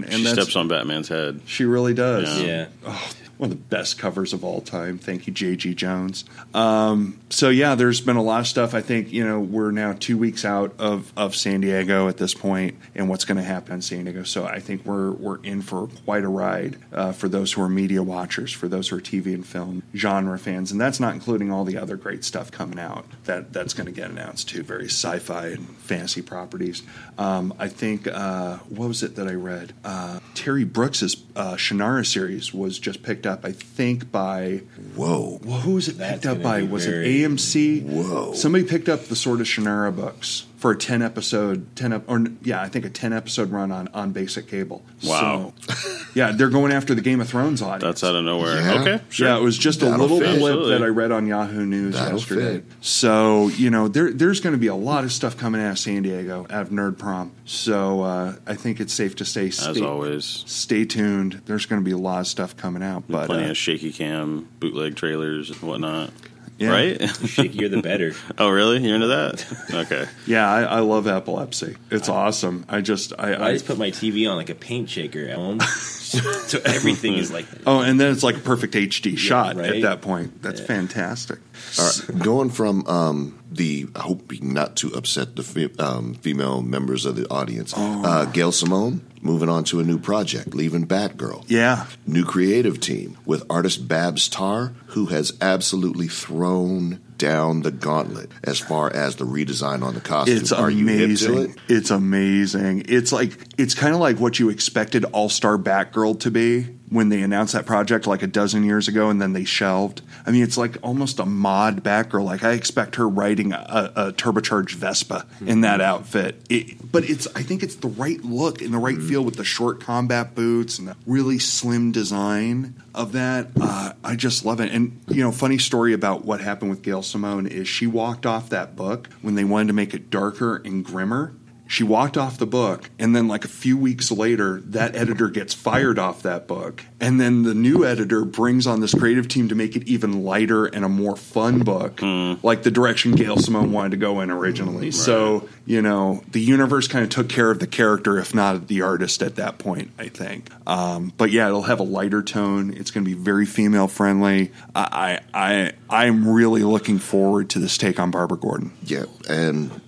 S1: and
S13: she
S1: that's,
S13: steps on Batman's head.
S1: she really does.
S13: Yeah. Yeah.
S1: Oh, one of the best covers of all time. Thank you, J.G. Jones. Um, so yeah, there's been a lot of stuff. I think you know we're now two weeks out of, of San Diego at this point, and what's going to happen in San Diego. So I think we're we're in for quite a ride uh, for those who are media watchers, for those who are TV and film genre fans, and that's not including all the other great stuff coming out that that's going to get announced too. Various sci-fi and fantasy properties. Um, I think uh, what was it that I read? Uh, Terry Brooks's uh, Shannara series was just picked up, I think, by
S12: whoa.
S1: Well, who was it
S12: That's
S1: picked up
S12: gonna
S1: by?
S12: be
S1: Was
S12: very-
S1: it AMC?
S12: Whoa.
S1: Somebody picked up the Sword of Shannara books for a ten episode, ten up, or n- yeah, I think a ten episode run on on basic cable.
S13: Wow.
S1: So, yeah, they're going after the Game of Thrones audience.
S13: That's out of nowhere. Okay, sure.
S1: Yeah, it was just a
S13: That'll
S1: little
S13: fit.
S1: clip that
S13: Absolutely.
S1: I read on Yahoo News
S13: That'll
S1: yesterday.
S13: fit.
S1: So you know, there, there's going to be a lot of stuff coming out of San Diego out of Nerd Prom. So uh, I think it's safe to say, stay,
S13: always.
S1: stay tuned. There's going to be a lot of stuff coming out, but
S13: Plenty
S1: uh,
S13: of shaky cam bootleg trailers and whatnot.
S1: Yeah.
S13: Right? (laughs)
S1: The shakier the better.
S13: oh, really? You're into that?
S1: (laughs)
S13: Okay.
S1: yeah, I, I love epilepsy. It's awesome. I just I,
S5: I
S1: I
S5: just put my TV on like a paint shaker at home, so everything is like
S1: Oh, and then it's like a perfect HD
S5: Yeah,
S1: shot at
S5: right?
S1: that point. That's fantastic.
S12: All right, going from um, the I hope not to upset the fe- um, female members of the audience.
S1: Oh.
S12: Uh, Gail Simone moving on to a new project, leaving Batgirl.
S1: Yeah,
S12: new creative team with artist Babs Tarr, who has absolutely thrown down the gauntlet as far as the redesign on the costume.
S1: It's
S12: Are you hip
S1: amazing.
S12: to it?
S1: It's amazing. It's like it's kind of like what you expected All Star Batgirl to be when they announced that project like a dozen years ago, and then they shelved. I mean, it's like almost a mod Batgirl. Like I expect her riding a, a turbocharged Vespa in that outfit. It, but it's I think it's the right look and the right
S12: Mm-hmm.
S1: feel with the short combat boots and the really slim design of that. Uh, I just love it. And you know, funny story about what happened with Gail Simone is she walked off that book when they wanted to make it darker and grimmer. She walked off the book, and then, like a few weeks later, that editor gets fired off that book. And then the new editor brings on this creative team to make it even lighter and a more fun book, like the direction Gail Simone wanted to go in originally. So, you know, the universe kind of took care of the character, if not the artist at that point, I think. Um, but yeah, it'll have a lighter tone. It's going to be very female friendly. I, I, I, I'm really looking forward to this take on Barbara Gordon.
S12: Yeah, and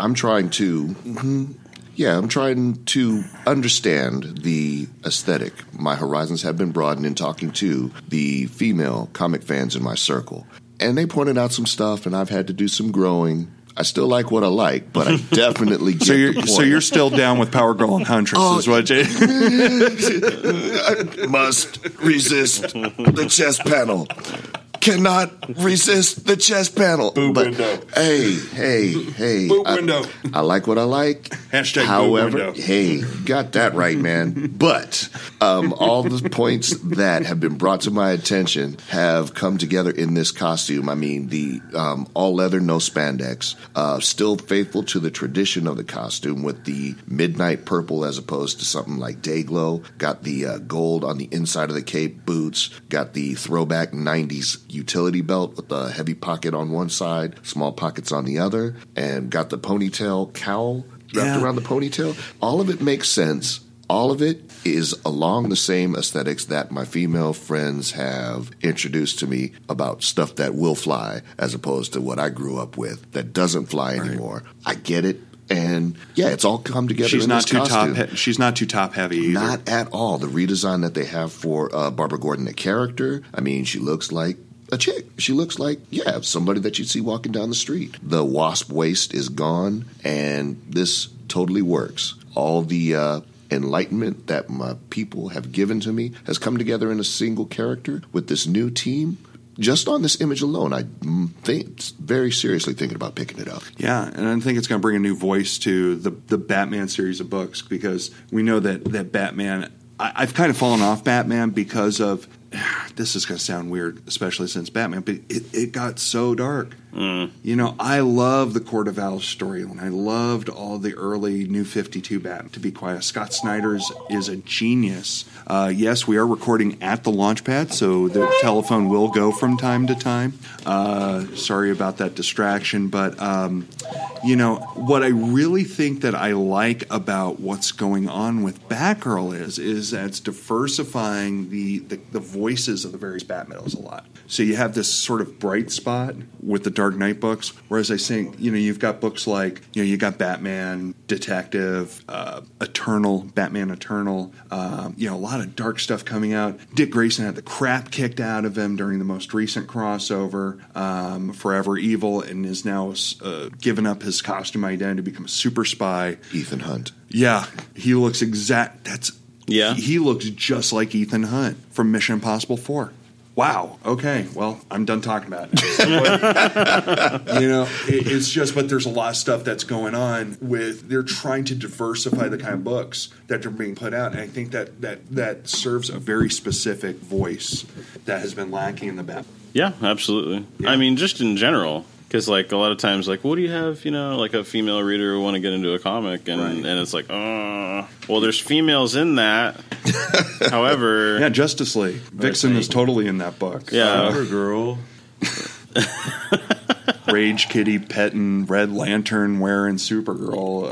S12: I'm trying to. mhm, Yeah, I'm trying to understand the aesthetic. My horizons have been broadened in talking to the female comic fans in my circle. And they pointed out some stuff, and I've had to do some growing. I still like what I like, but I
S1: (laughs)
S12: definitely get
S1: So
S12: the
S1: you're
S12: point.
S1: so you're still down with Power Girl and Huntress,
S12: Oh,
S1: is what
S12: (laughs)
S1: you?
S12: I must resist the chess panel. Cannot resist the chess panel. Boob window. Hey, hey, hey.
S1: Boob
S12: I,
S1: window.
S12: I like what I like.
S1: Hashtag boob
S12: However,
S1: window.
S12: hey, got that right, man. But um, all the points that have been brought to my attention have come together in this costume. I mean, the um, all leather, no spandex, uh, still faithful to the tradition of the costume with the midnight purple as opposed to something like day glow. Got the uh, gold on the inside of the cape, boots. Got the throwback 90s utility belt with the heavy pocket on one side, small pockets on the other, and got the ponytail cowl wrapped
S1: Yeah.
S12: around the ponytail. All of it makes sense. All of it is along the same aesthetics that my female friends have introduced to me about stuff that will fly as opposed to what I grew up with that doesn't fly anymore. I get it. And yeah, it's all come together.
S1: She's
S12: in
S1: not
S12: this
S1: too
S12: costume.
S1: top. He- she's not too top heavy either.
S12: Not at all. The redesign that they have for uh, Barbara Gordon, the character, I mean, she looks like a chick. She looks like, yeah, somebody that you'd see walking down the street. The wasp waist is gone, and this totally works. All the uh, enlightenment that my people have given to me has come together in a single character with this new team. Just on this image alone, I mm, think very seriously thinking about picking it up.
S1: Yeah, and I think it's going to bring a new voice to the the Batman series of (sighs) books because we know that that Batman. I, I've kind of fallen off Batman because of this is going to sound weird, especially since Batman, but it, it got so dark. Mm. You know, I love the Court of Owls storyline. I loved all the early New 52 Batman, to be quiet. Scott Snyder's is a genius. Uh, yes, we are recording at the launch pad, so the telephone will go from time to time. Uh, sorry about that distraction, but, um, you know, what I really think that I like about what's going on with Batgirl is, is that it's diversifying the, the, the voices of the various Batmills a lot. So you have this sort of bright spot with the Dark Knight books, whereas I think you know you've got books like you know you got Batman, Detective, uh, Eternal, Batman Eternal. Um, you know a lot of dark stuff coming out. Dick Grayson had the crap kicked out of him during the most recent crossover, um, Forever Evil, and is now uh, given up his costume identity to become a super spy.
S12: Ethan Hunt.
S1: Yeah, he looks exact. That's
S13: yeah.
S1: He, he, looks just like Ethan Hunt from Mission Impossible 4. Wow. Okay. Well, I'm done talking about it. (laughs) but, you know, it, it's just, but there's a lot of stuff that's going on with. They're trying to diversify the kind of books that are being put out, and I think that that that serves a very specific voice that has been lacking in the bat.
S13: Yeah, absolutely. Yeah. I mean, just in general, because like a lot of times like what do you have you know like a female reader who want to get into a comic and right. and it's like oh well there's females in (laughs) that however
S1: yeah justice league vixen is totally in that book
S13: yeah
S5: Wonder girl
S1: rage kitty petting red lantern wearing supergirl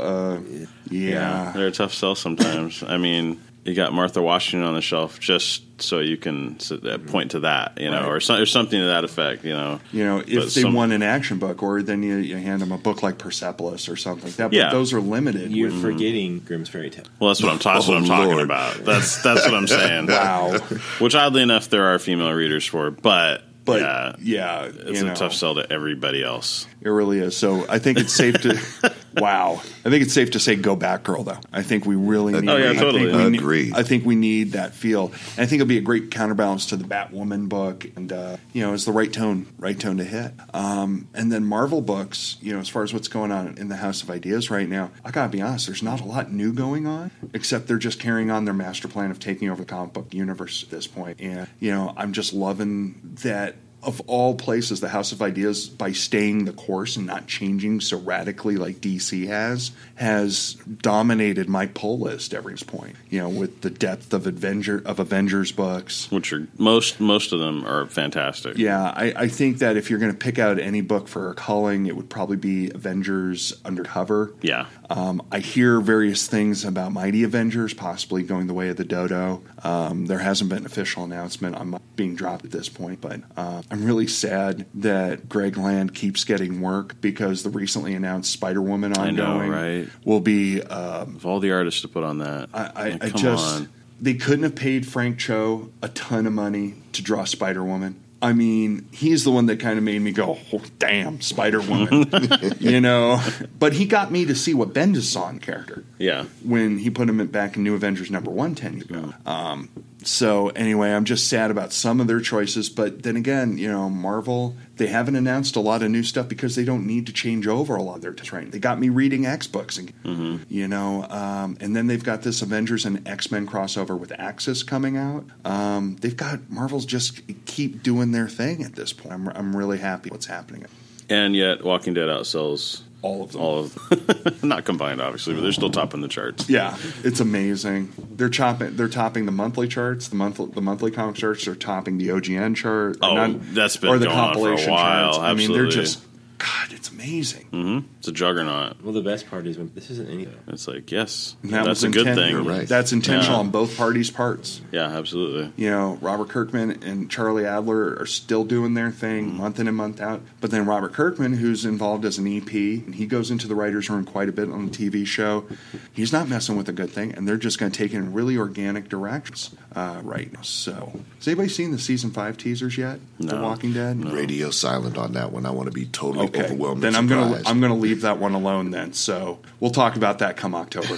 S1: uh, yeah. yeah
S13: they're a tough sell sometimes i mean you got Martha Washington on the shelf just so you can uh, point to that, you know, right. or, so, or, something to that effect, you know.
S1: You know, if but they some, want an action book, or then you, you, hand them a book like Persepolis or something like that. But yeah. those are limited.
S5: You're
S13: Mm-hmm.
S5: with, forgetting Grimm's Fairy Tale.
S13: Well, that's what I'm, ta- that's oh, what I'm talking Lord. about. That's that's what I'm (laughs) saying.
S1: (laughs) wow.
S13: Which oddly enough, there are female readers for, but
S1: but yeah, yeah
S13: it's a know, tough sell to everybody else.
S1: It really is. So I think it's safe to
S13: (laughs)
S1: wow. I think it's safe to say go back, girl. Though I think we really need.
S13: Oh yeah, totally.
S1: I think we
S12: Agreed.
S1: Need, I think we need that feel. And I think it'll be a great counterbalance to the Batwoman book, and uh, you know, it's the right tone, right tone to hit. Um, and then Marvel books, you know, as far as what's going on in the House of Ideas right now, I gotta be honest. There's not a lot new going on, except they're just carrying on their master plan of taking over the comic book universe at this point. And you know, I'm just loving that of all places, the House of Ideas, by staying the course and not changing so radically like DC has, has dominated my pull list every point. You know, with the depth of Avenger of Avengers books,
S13: which are most most of them are fantastic.
S1: Yeah, I, I think that if you're going to pick out any book for a calling, it would probably be Avengers Undercover.
S13: Yeah,
S1: um, I hear various things about Mighty Avengers possibly going the way of the Dodo. Um, there hasn't been an official announcement on being dropped at this point, but. Uh, I'm really sad that Greg Land keeps getting work because the recently announced Spider Woman ongoing
S13: know, right?
S1: will be. Um,
S13: of all the artists to put on that,
S1: I, I, Man, I just on. they couldn't have paid Frank Cho a ton of money to draw Spider Woman. I mean, he's the one that kind of made me go, oh, damn, Spider Woman,
S13: (laughs)
S1: you know. But he got me to see what Bendis saw in character.
S13: Yeah.
S1: When he put him back in New Avengers number one 10 years ago. Um, so, anyway, I'm just sad about some of their choices. But then again, you know, Marvel, they haven't announced a lot of new stuff because they don't need to change over a lot of their terrain. They got me reading X books, and,
S13: mm-hmm.
S1: you know, um, and then they've got this Avengers and X Men crossover with Axis coming out. Um, they've got Marvel's just keep doing their thing at this point. I'm, I'm really happy what's happening.
S13: And yet, Walking Dead outsells
S1: all of them.
S13: All of (laughs) them. not combined, obviously, but they're still topping the charts.
S1: Yeah, it's amazing. They're chopping. They're topping the monthly charts. The monthly the monthly comic charts. They're topping the OGN chart.
S13: Oh, not, that's been or the compilation Charts. Absolutely. I mean,
S1: they're just. God, it's amazing.
S13: Mm-hmm. It's a juggernaut.
S5: Well, the best part is when this isn't anything.
S13: It's like yes, that that's a good thing.
S1: Right. That's intentional yeah. on both parties' parts.
S13: Yeah, absolutely.
S1: You know, Robert Kirkman and Charlie Adler are still doing their thing mm-hmm. month in and month out. But then Robert Kirkman, who's involved as an EP, and he goes into the writers' room quite a bit on the TV show. He's not messing with a good thing, and they're just going to take it in really organic directions uh, right now. So, has anybody seen the season five teasers yet?
S13: No.
S1: The Walking Dead.
S12: No. Radio silent on that one. I want to be totally. Oh, like
S1: okay.
S12: overwhelmed.
S1: Then
S12: and
S1: I'm gonna
S12: surprised.
S1: I'm gonna leave that one alone. Then so we'll talk about that come
S13: (laughs)
S1: October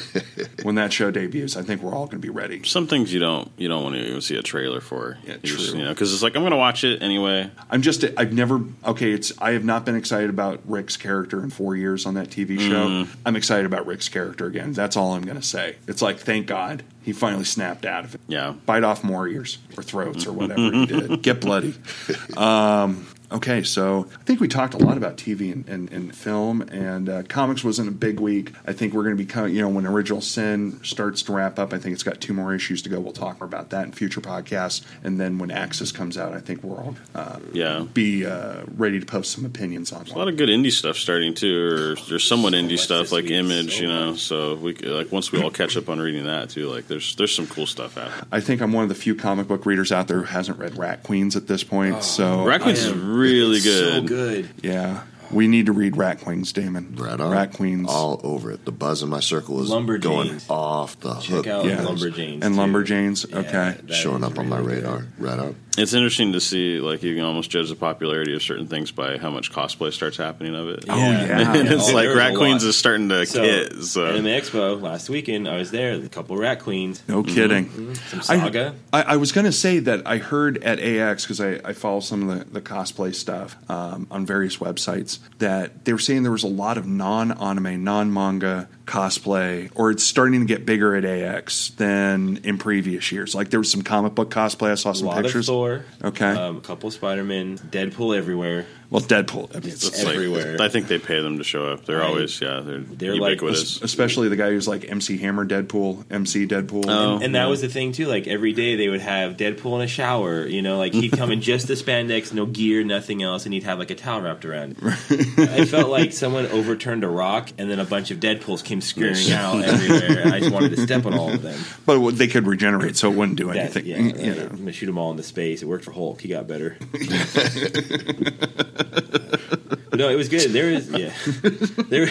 S1: when that show debuts. I think we're all gonna be ready.
S13: Some things you don't you don't want to even see a trailer for. Yeah, you, just,
S1: true.
S13: you know, because it's like I'm going to watch it anyway.
S1: I'm just I've never okay. It's I have not been excited about Rick's character in four years on that TV show.
S13: Mm.
S1: I'm excited about Rick's character again. That's all I'm gonna say. It's like thank God he finally snapped out of it.
S13: Yeah,
S1: bite off more ears or throats or whatever
S13: (laughs)
S1: he did. Get bloody. Um, okay, so I think we talked a lot about TV and, and, and film, and uh, comics wasn't a big week. I think we're going to be coming, you know, when Original Sin starts to wrap up, I think it's got two more issues to go. We'll talk more about that in future podcasts. And then when Axis comes out, I think we're all uh,
S13: Yeah.
S1: be uh, ready to post some opinions on
S13: There's a lot of good indie stuff starting too, or there's somewhat indie stuff like Image, you know. So we c- like once we all catch up on reading that too, like there's there's some cool stuff out.
S1: I think I'm one of the few comic book readers out there who hasn't read Rat Queens at this point. so
S13: Oh, Rat Queens is really good.
S1: Yeah. We need to read Rat Queens, Damon.
S12: Right on.
S1: Rat Queens.
S12: All over it. The buzz in my circle is
S5: Lumberjanes.
S12: going off the hook.
S5: out
S12: Yeah.
S5: Lumberjanes,
S1: And Lumberjanes. okay.
S12: Showing up on my radar. Right on.
S13: It's interesting to see, like you can almost judge the popularity of certain things by how much cosplay starts happening of it.
S5: Oh, Yeah.
S13: (laughs)
S5: yeah.
S13: and it's
S5: Yeah.
S13: like
S5: There's
S13: Rat
S5: a
S13: Queens
S5: lot.
S13: is starting to
S5: So,
S13: hit. So
S5: at Anime Expo last weekend, I was there. A couple of Rat Queens.
S1: No kidding.
S5: Mm-hmm. Some Saga.
S1: I, I, I was going to say that I heard at AX because I, I follow some of the, the cosplay stuff um, on various websites that they were saying there was a lot of non anime, non manga cosplay, or it's starting to get bigger at AX than in previous years. Like there was some comic book cosplay. I saw
S5: a
S1: some
S5: lot
S1: pictures.
S5: of Thor.
S1: Okay.
S5: Um, a couple Spider Man. Deadpool everywhere.
S1: well, Deadpool. I mean,
S5: It's,
S13: It's like-
S5: everywhere.
S13: I think they pay them to show up. They're
S5: Right.
S13: always yeah, they're,
S5: They're like-
S13: ubiquitous.
S5: (laughs)
S1: especially the guy who's like MC Hammer Deadpool, MC Deadpool.
S5: Oh. and, and that was the thing too. Like every day they would have Deadpool in a shower. You know, like he'd come in just the spandex, no gear, nothing else, and he'd have like a towel wrapped around. It. I felt like someone overturned a rock, and then a bunch of Deadpools came scurrying out everywhere. I just wanted to step on all of them.
S1: But they could regenerate, so it wouldn't do
S5: That-
S1: anything.
S5: yeah,
S1: you
S5: right.
S1: know.
S5: I'm gonna shoot them all into space. It worked for Hulk. He got better. But no, it was good. There is yeah, (laughs) there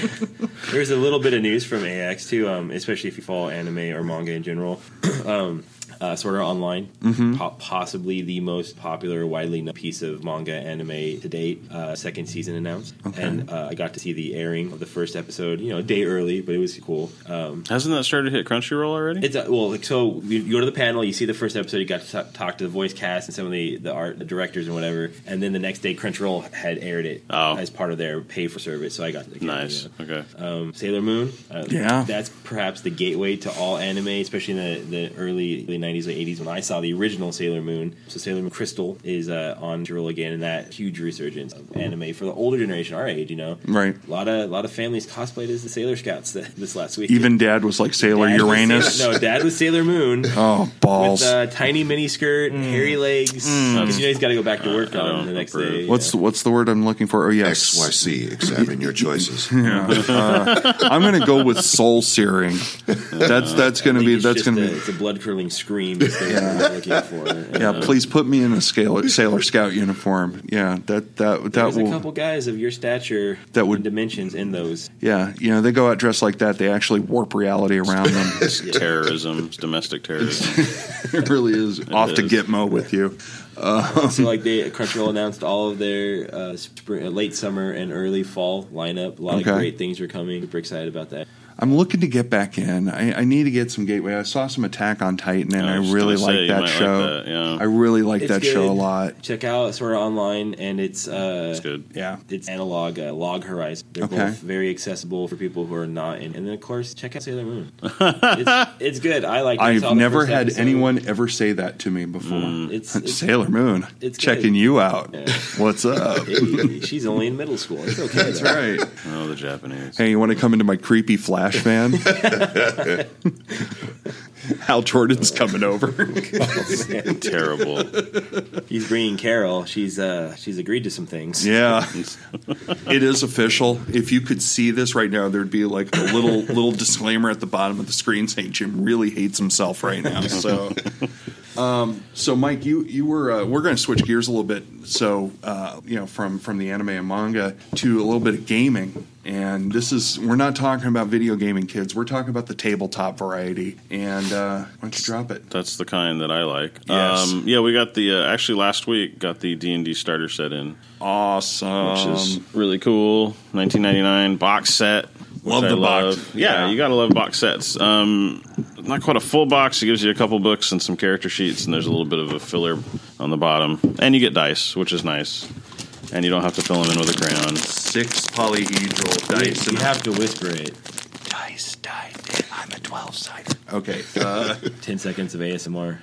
S5: there's a little bit of news from AX too, um, especially if you follow anime or manga in general. (clears throat) um, uh, Sword Art Online,
S1: Mhm.
S5: po- possibly the most popular, widely known piece of manga anime to date. Uh, second season announced,
S13: Okay.
S5: and uh, I got to see the airing of the first episode. You know, a day early, but it was cool. Um,
S13: Hasn't that started to hit Crunchyroll already?
S5: it's uh, well, like, so you, you go to the panel, you see the first episode, you got to t- talk to the voice cast and some of the, the art the directors and whatever, and then the next day Crunchyroll had aired it as part of their pay for service. So I got the
S13: Nice. Okay.
S5: Um, Sailor Moon, uh,
S13: Yeah.
S5: that's perhaps the gateway to all anime, especially in the, the early early '90s, late '80s when I saw the original Sailor Moon. So Sailor Moon Crystal is uh, on Crunchyroll again, and that huge resurgence of anime for the older generation, our age, you know.
S1: Right.
S5: A lot of lot of families cosplayed as the Sailor Scouts (laughs) th- this last week.
S1: Even Dad was like Sailor
S5: Dad was
S1: Uranus.
S5: Sailor- no, Dad was
S1: (laughs)
S5: Sailor Moon.
S1: Oh balls!
S5: With uh, tiny mini skirt, and hairy legs.
S1: Mm.
S5: 'Cause you know he's got to go back to work on the next day.
S1: what's what's the word I'm looking for? Oh yes,
S12: XYC. Examine your choices.
S1: Yeah. Uh, I'm gonna go with soul
S5: (laughs)
S1: searing. That's that's gonna be that's gonna
S5: a,
S1: be.
S5: It's a blood
S1: (laughs)
S5: curdling scream. Is the
S1: Yeah.
S5: word we're looking
S1: (laughs)
S5: for.
S1: Yeah,
S5: Um,
S1: please put me in a scale, Sailor Scout uniform. Yeah, that that that
S5: There's a
S1: will.
S5: couple guys of your stature
S1: That would-
S5: and dimensions in those.
S1: Yeah, you know they go out dressed like that. They actually warp reality around them.
S13: terrorism, it's domestic terrorism.
S1: (laughs) it really is off to
S13: is.
S1: Gitmo with you. Um,
S5: So like
S1: (laughs)
S5: they Crunchyroll announced all of their uh, spring, uh, late summer and early fall lineup. A lot
S1: Okay.
S5: of great things are coming. Super excited about that.
S1: I'm looking to get back in. I, I need to get some gateway. I saw some Attack on Titan, and
S13: I
S1: I,
S13: was
S1: really
S13: gonna
S1: like
S13: say, you
S1: that
S13: might like
S1: show.
S13: that, yeah.
S1: I really like
S5: It's
S1: that show a
S5: good.
S1: lot.
S5: Check out Sora Online, and it's uh, it's (laughs)
S13: good.
S1: Yeah,
S5: it's analog uh, Log Horizon. They're
S1: Okay.
S5: both very accessible for people who are not in. And then of course, check out Sailor
S13: (laughs)
S5: Moon. it's, it's good. I like. it. I saw
S1: I've
S5: the
S1: never
S5: first
S1: had
S5: episode.
S1: anyone ever say that to me
S13: Mm.
S1: before. (laughs)
S5: It's- it's-
S1: Sailor Moon,
S5: it's good.
S1: checking you out. (laughs) What's up?
S5: (laughs) Hey, she's only in middle school. It's
S1: (laughs)
S5: okay.
S1: That's right.
S13: Oh, the Japanese.
S5: (laughs)
S1: Hey, you want to come into my creepy Flash van? (laughs) Hal Jordan's coming
S5: (laughs)
S1: over.
S13: (laughs) Terrible.
S5: He's bringing Carol. She's uh she's agreed to some things.
S1: Yeah, (laughs) it is official. If you could see this right now, there'd be like a little (laughs) (laughs) little disclaimer at the bottom of the screen saying Jim really hates himself right now. So Um, so, Mike, you you were uh, we're going to switch gears a little bit. So, uh, you know, from from the anime and manga to a little bit of gaming, and this is we're not talking about video gaming, kids. We're talking about the tabletop variety. And uh, why don't you drop it?
S13: That's the kind that I like.
S1: Yes.
S13: Um, yeah, we got the uh, actually last week got the D and D starter set in.
S1: Awesome,
S13: which is really cool. 1999 box set. which
S1: Love
S13: I
S1: the box.
S13: Yeah,
S1: Yeah.
S13: you gotta love box sets. Um, not quite a full box. It gives you a couple books and some character sheets, and there's a little bit of a filler on the bottom, and you get dice, which is nice. And you don't have to fill them in with a crayon.
S1: Six polyhedral dice.
S5: You have to whisper it.
S1: Dice, dice.
S7: I'm a 12 sided.
S1: Okay. Uh,
S5: Ten seconds of ASMR.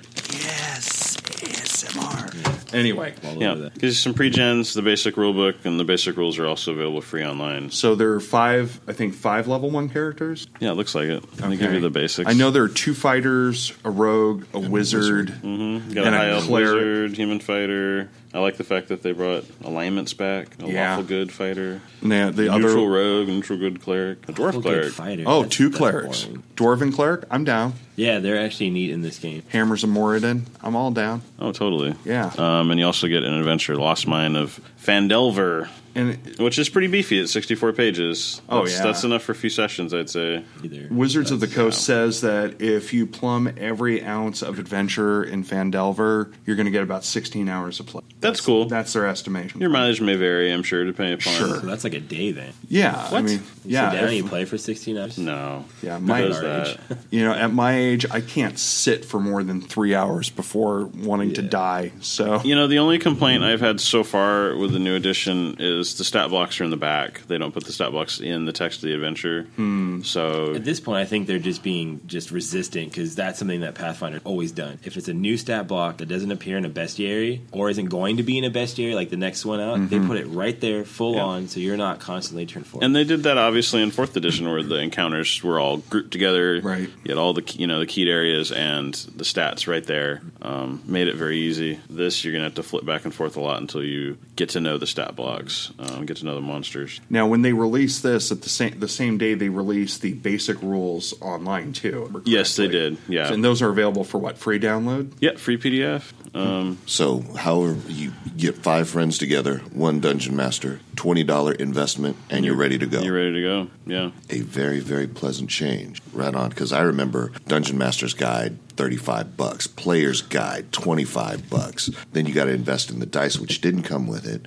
S7: Yes, ASMR.
S1: anyway,
S13: Yeah, because some pre-gens, the basic rule book, and the basic rules are also available free online.
S1: so there are five. I think five level one characters.
S13: Yeah, it looks like it. They give
S1: Okay.
S13: you the basics.
S1: I know there are two fighters, a rogue, a wizard,
S13: You got
S1: and
S13: a high
S1: a
S13: elf
S1: cleric.
S13: wizard, human fighter. I like the fact that they brought alignments back. A
S1: Yeah.
S13: lawful good fighter.
S1: Now, the other-
S13: neutral rogue, neutral good cleric, a dwarf
S5: Lawful good
S13: cleric.
S5: fighter.
S1: Oh,
S5: That's-
S1: two
S5: that's
S1: clerics.
S5: boring.
S1: Dwarven cleric, I'm down.
S5: Yeah, they're actually neat in this game.
S1: Hammers of Moradin, I'm all down.
S13: Oh, totally.
S1: Yeah.
S13: Um, and you also get an adventure, Lost Mine of Fandelver,
S1: And
S13: which is pretty beefy. It's 64 pages.
S1: Oh,
S13: that's,
S1: yeah.
S13: That's enough for a few sessions, I'd say.
S5: Either.
S1: Wizards of the Coast says that if you plumb every ounce of adventure in Fandelver, you're going to get about 16 hours of play.
S13: That's, cool.
S1: That's their estimation.
S13: Your mileage may vary, I'm sure, depending upon.
S1: Sure.
S5: So that's like a day then.
S1: yeah, I
S13: What?
S1: mean,
S5: You
S1: yeah,
S5: sit down
S1: if-
S5: and you play for 16 hours?
S13: No.
S1: yeah.
S13: Who
S1: My
S13: does
S5: our
S13: that?
S1: (laughs) you know, at my age, I can't sit for more than three hours before wanting to die. So
S13: You know, the only complaint I've had so far with the new edition is the stat blocks are in the back. They don't put the stat blocks in the text of the adventure.
S1: Hmm.
S13: So
S5: At this point, I think they're just being just resistant because that's something that Pathfinder always done. If it's a new stat block that doesn't appear in a bestiary or isn't going to be in a bestiary, like the next one out, they put it right there, full
S13: Mm-hmm. Yeah.
S5: on, so you're not constantly turned forward.
S13: and they did that obviously in fourth edition where the encounters were all grouped together.
S1: Right.
S13: You had all the key- you know the keyed areas and the stats right there. Um, made it very easy. This you're gonna have to flip back and forth a lot until you get to know the stat blocks, um, get to know the monsters.
S1: Now, when they release this at the same the same day, they release the basic rules online too.
S13: Yes, they did. Yeah.
S1: and those are available for what free download?
S13: yeah, free PDF. Um,
S12: So, however, you get five friends together, one dungeon master, $20 investment, and you're ready to go.
S13: You're ready to go. Yeah.
S12: a very, very pleasant change. Right on. Because I remember Dungeon Master's Guide, 35 bucks, Player's Guide, 25 bucks. Then you got to invest in the dice, which didn't come with it.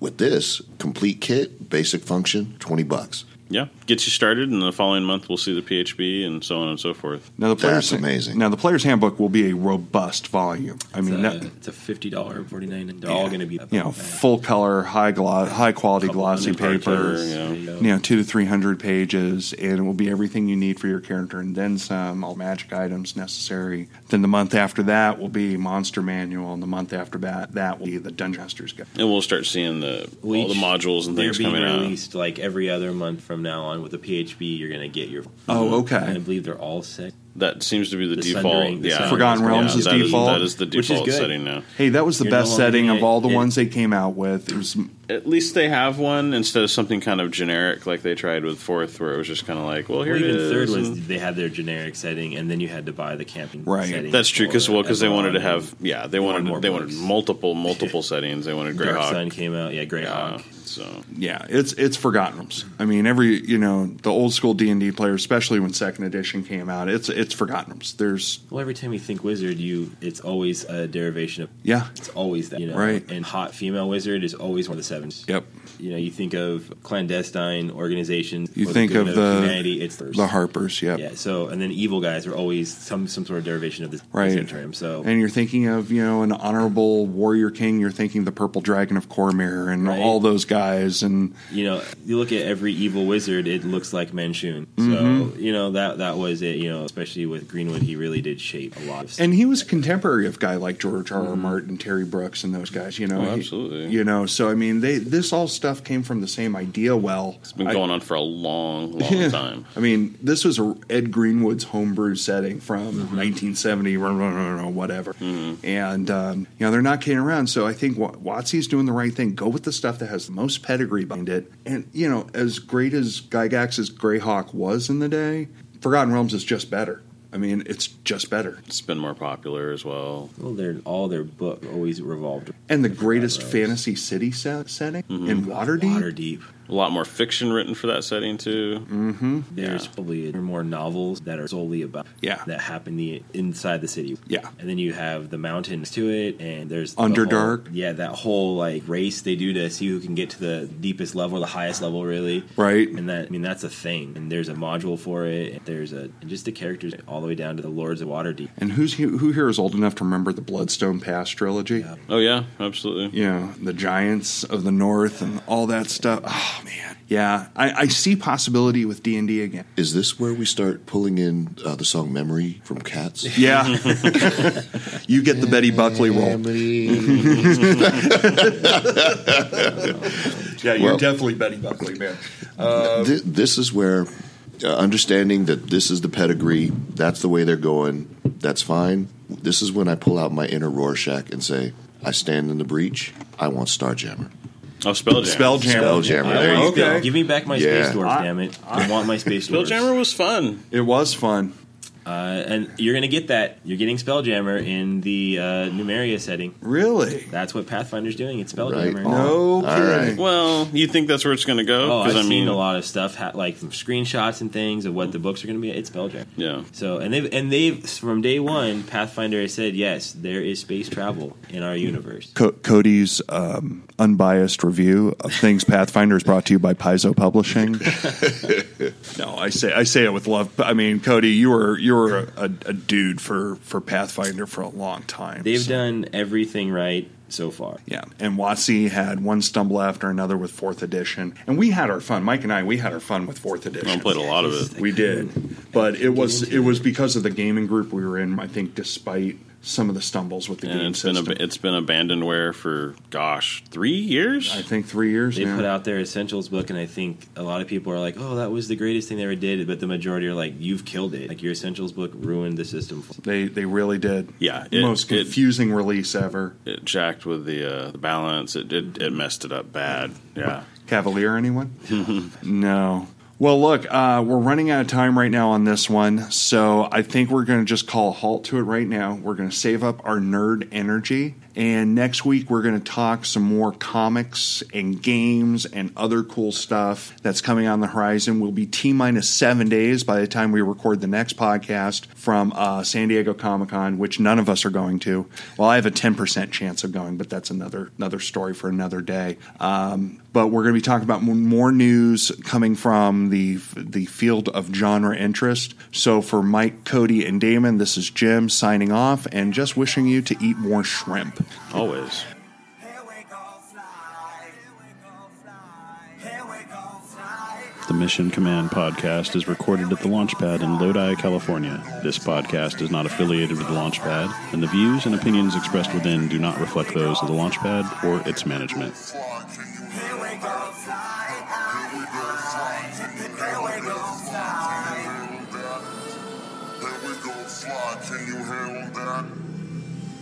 S12: With this, complete kit, basic function, 20 bucks.
S13: Yeah, gets you started, and the following month we'll see the PHB and so on and so forth.
S1: Now the player's
S12: That's amazing.
S1: Now the player's handbook will be a robust volume. I mean,
S5: it's, a,
S1: that-
S5: it's a $50, $49. They're all going to be
S1: you know, full color, high gloss, high quality glossy
S13: Couple hundred
S1: paper.
S13: pages, yeah.
S1: You know, two to three hundred pages, and it will be everything you need for your character, and then some all magic items necessary. Then the month after that will be monster manual, and the month after that that will be the dungeon master's guide.
S13: And we'll start seeing the all the
S5: Each-
S13: modules and
S5: They're
S13: things
S5: being
S13: coming out.
S5: released like every other month from now on with a PHB. You're going to get your.
S1: Oh, okay.
S5: And I believe they're all set.
S13: That seems to be the,
S5: The
S13: default.
S5: Sundering- the
S13: yeah,
S5: Sundering
S1: Forgotten
S13: Yeah,
S1: Realms is
S13: that
S1: default,
S13: That is the
S5: which is
S13: default
S5: good.
S13: setting now.
S1: Hey, that was the
S5: You're no
S1: best
S5: longer
S1: setting
S5: gonna-
S1: of all the
S5: it-
S1: ones they came out with. It was
S13: At least they have one instead of something kind of generic like they tried with fourth, where it was just kind of like, well, here
S5: Well,
S13: it
S5: even
S13: is,
S5: third was
S13: and-
S5: they had their generic setting, and then you had to buy the camping
S1: Right.
S5: setting.
S13: that's true because
S5: or
S13: well because they wanted to
S5: Eberron
S13: have yeah they wanted
S5: wanted more
S13: they wanted
S5: books.
S13: multiple
S5: (laughs)
S13: multiple settings they wanted
S5: Dark
S13: Greyhawk
S5: Sun came out. Yeah, Greyhawk.
S13: yeah so
S1: yeah, it's it's Forgotten Realms. I mean, every you know the old school D and D player, especially when Second Edition came out, it's it's Forgotten Realms. There's
S5: Well, every time you think wizard, you it's always a derivation of
S1: yeah,
S5: it's always that you know.
S1: Right.
S5: And hot female wizard is always one of the sevens.
S1: yep.
S5: You know, you think of clandestine organizations.
S1: You
S5: for
S1: think
S5: good
S1: of the
S5: humanity. It's first.
S1: the Harpers, yep.
S5: Yeah. So and then evil guys are always some some sort of derivation of this
S1: Right.
S5: wizard term. So
S1: And you're thinking of you know an honorable warrior king. You're thinking the Purple Dragon of Cormyr and
S5: Right.
S1: all those guys, and
S5: you know, you look at every evil wizard, it looks like Menshun. So you know that that was it. You know, especially with Greenwood, he really did shape a lot of. stuff.
S1: and he was contemporary of guy like George R. R.
S5: Mm-hmm.
S1: Martin, Terry Brooks, and those guys. You know,
S13: Oh,
S1: He-
S13: absolutely.
S1: You know, so I mean, they this all stuff came from the same idea. Well,
S13: it's been
S1: I-
S13: going on for a long
S5: (laughs)
S13: long
S1: Yeah.
S13: time
S1: I mean, this was a Ed Greenwood's homebrew setting from 1970, rah, rah, rah, rah, whatever.
S13: Mm-hmm.
S1: And um, you know, they're not kidding around. So I think Wa- Watsy's doing the right thing. Go with the stuff that has the most pedigree behind it. And you know, as great as Gygax's Greyhawk was in the day, Forgotten Realms is just better. I mean, it's just better.
S13: It's been more popular as well.
S5: Well, they're, all their book always revolved.
S1: And the greatest fantasy city set, setting
S13: Mhm.
S1: in Waterdeep.
S5: Waterdeep.
S13: A lot more fiction written for that setting too.
S1: Mm-hmm.
S5: There's probably more novels that are solely about
S1: Yeah.
S5: that happen the, inside the city.
S1: Yeah.
S5: and then you have the mountains to it, and there's the
S1: Underdark.
S5: whole- yeah, that whole like race they do to see who can get to the deepest level, the highest level, really.
S1: Right.
S5: And that I mean that's a thing. And there's a module for it. And there's a and just the characters all the way down to the Lords of Waterdeep.
S1: And who's he- who here is old enough to remember the Bloodstone Pass trilogy? Yeah.
S13: Oh yeah, absolutely.
S1: the giants of the north and all that stuff. Oh man, yeah, I, I see possibility with D and D again.
S12: Is this where we start pulling in uh, the song Memory from Cats? (laughs)
S1: Yeah, you get the Betty Buckley role. (laughs) yeah, you're
S12: Well-
S1: definitely Betty Buckley, man.
S12: Th- this is where uh, understanding that this is the pedigree, that's the way they're going, that's fine. This is when I pull out my inner Rorschach and say, I stand in the breach, I want Starjammer.
S13: Oh, Spelljammer.
S12: Spelljammer, there you go.
S5: Give me back my
S12: Yeah.
S5: space dwarves, damn it! I, want my space dwarves.
S13: Spelljammer was fun.
S1: It was fun.
S5: Uh, and you're gonna get that. You're getting Spelljammer in the uh, Numeria setting.
S1: Really?
S5: That's what Pathfinder's doing. It's Spelljammer.
S1: No kidding.
S13: Well, you think that's where it's going to
S5: Oh,
S13: go?
S5: I've
S13: Because I
S5: seen
S13: mean,
S5: a lot of stuff, ha- like from screenshots and things of what the books are going to be. It's Spelljammer.
S13: yeah.
S5: So, and they've and they've from day one, Pathfinder has said yes, there is space travel in our universe.
S1: Co- Cody's um, unbiased review of things Pathfinder is brought to you by Paizo
S5: (laughs)
S1: Publishing. no, I say I say it with love. But, I mean, Cody, you were you were a, a dude for for Pathfinder for a long time.
S5: They've
S1: so-
S5: done everything right so far.
S1: yeah, and Watsi had one stumble after another with fourth edition, and we had our fun. Mike and I, we had our fun with fourth edition.
S13: I played a lot of it.
S1: We did, but it was it was because of the gaming group we were in. I think, despite some of the stumbles with the
S13: And
S1: game
S13: it's been
S1: system,
S13: ab- it's been abandonware for gosh three years.
S1: I think three years.
S5: They
S1: now.
S5: put out their essentials book, and I think a lot of people are like, "Oh, that was the greatest thing they ever did," but the majority are like, "You've killed it! Like your essentials book ruined the system."
S1: They they really did.
S13: Yeah, it-
S1: most
S13: it-
S1: confusing release ever.
S13: It jacked with the uh, the balance. It, it it messed it up bad. Yeah.
S1: Cavalier, anyone?
S13: (laughs)
S1: no. Well, look, uh, we're running out of time right now on this one, so I think we're going to just call a halt to it right now. We're going to save up our nerd energy, and next week we're going to talk some more comics and games and other cool stuff that's coming on the horizon. We'll be T minus seven days by the time we record the next podcast from uh, San Diego Comic Con, which none of us are going to. Well, I have a ten percent chance of going, but that's another another story for another day. Um, but we're going to be talking about m- more news coming from the the field of genre interest. So for Mike, Cody, and Damon, this is Jim signing off and just wishing you to eat more shrimp.
S13: Always.
S15: The Mission Command podcast is recorded at the Launchpad in Lodi, California. This podcast is not affiliated with the Launchpad, and the views and opinions expressed within do not reflect those of the Launchpad or its management.
S16: Fly, can you handle that?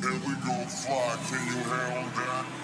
S16: Here we go fly, can you handle that?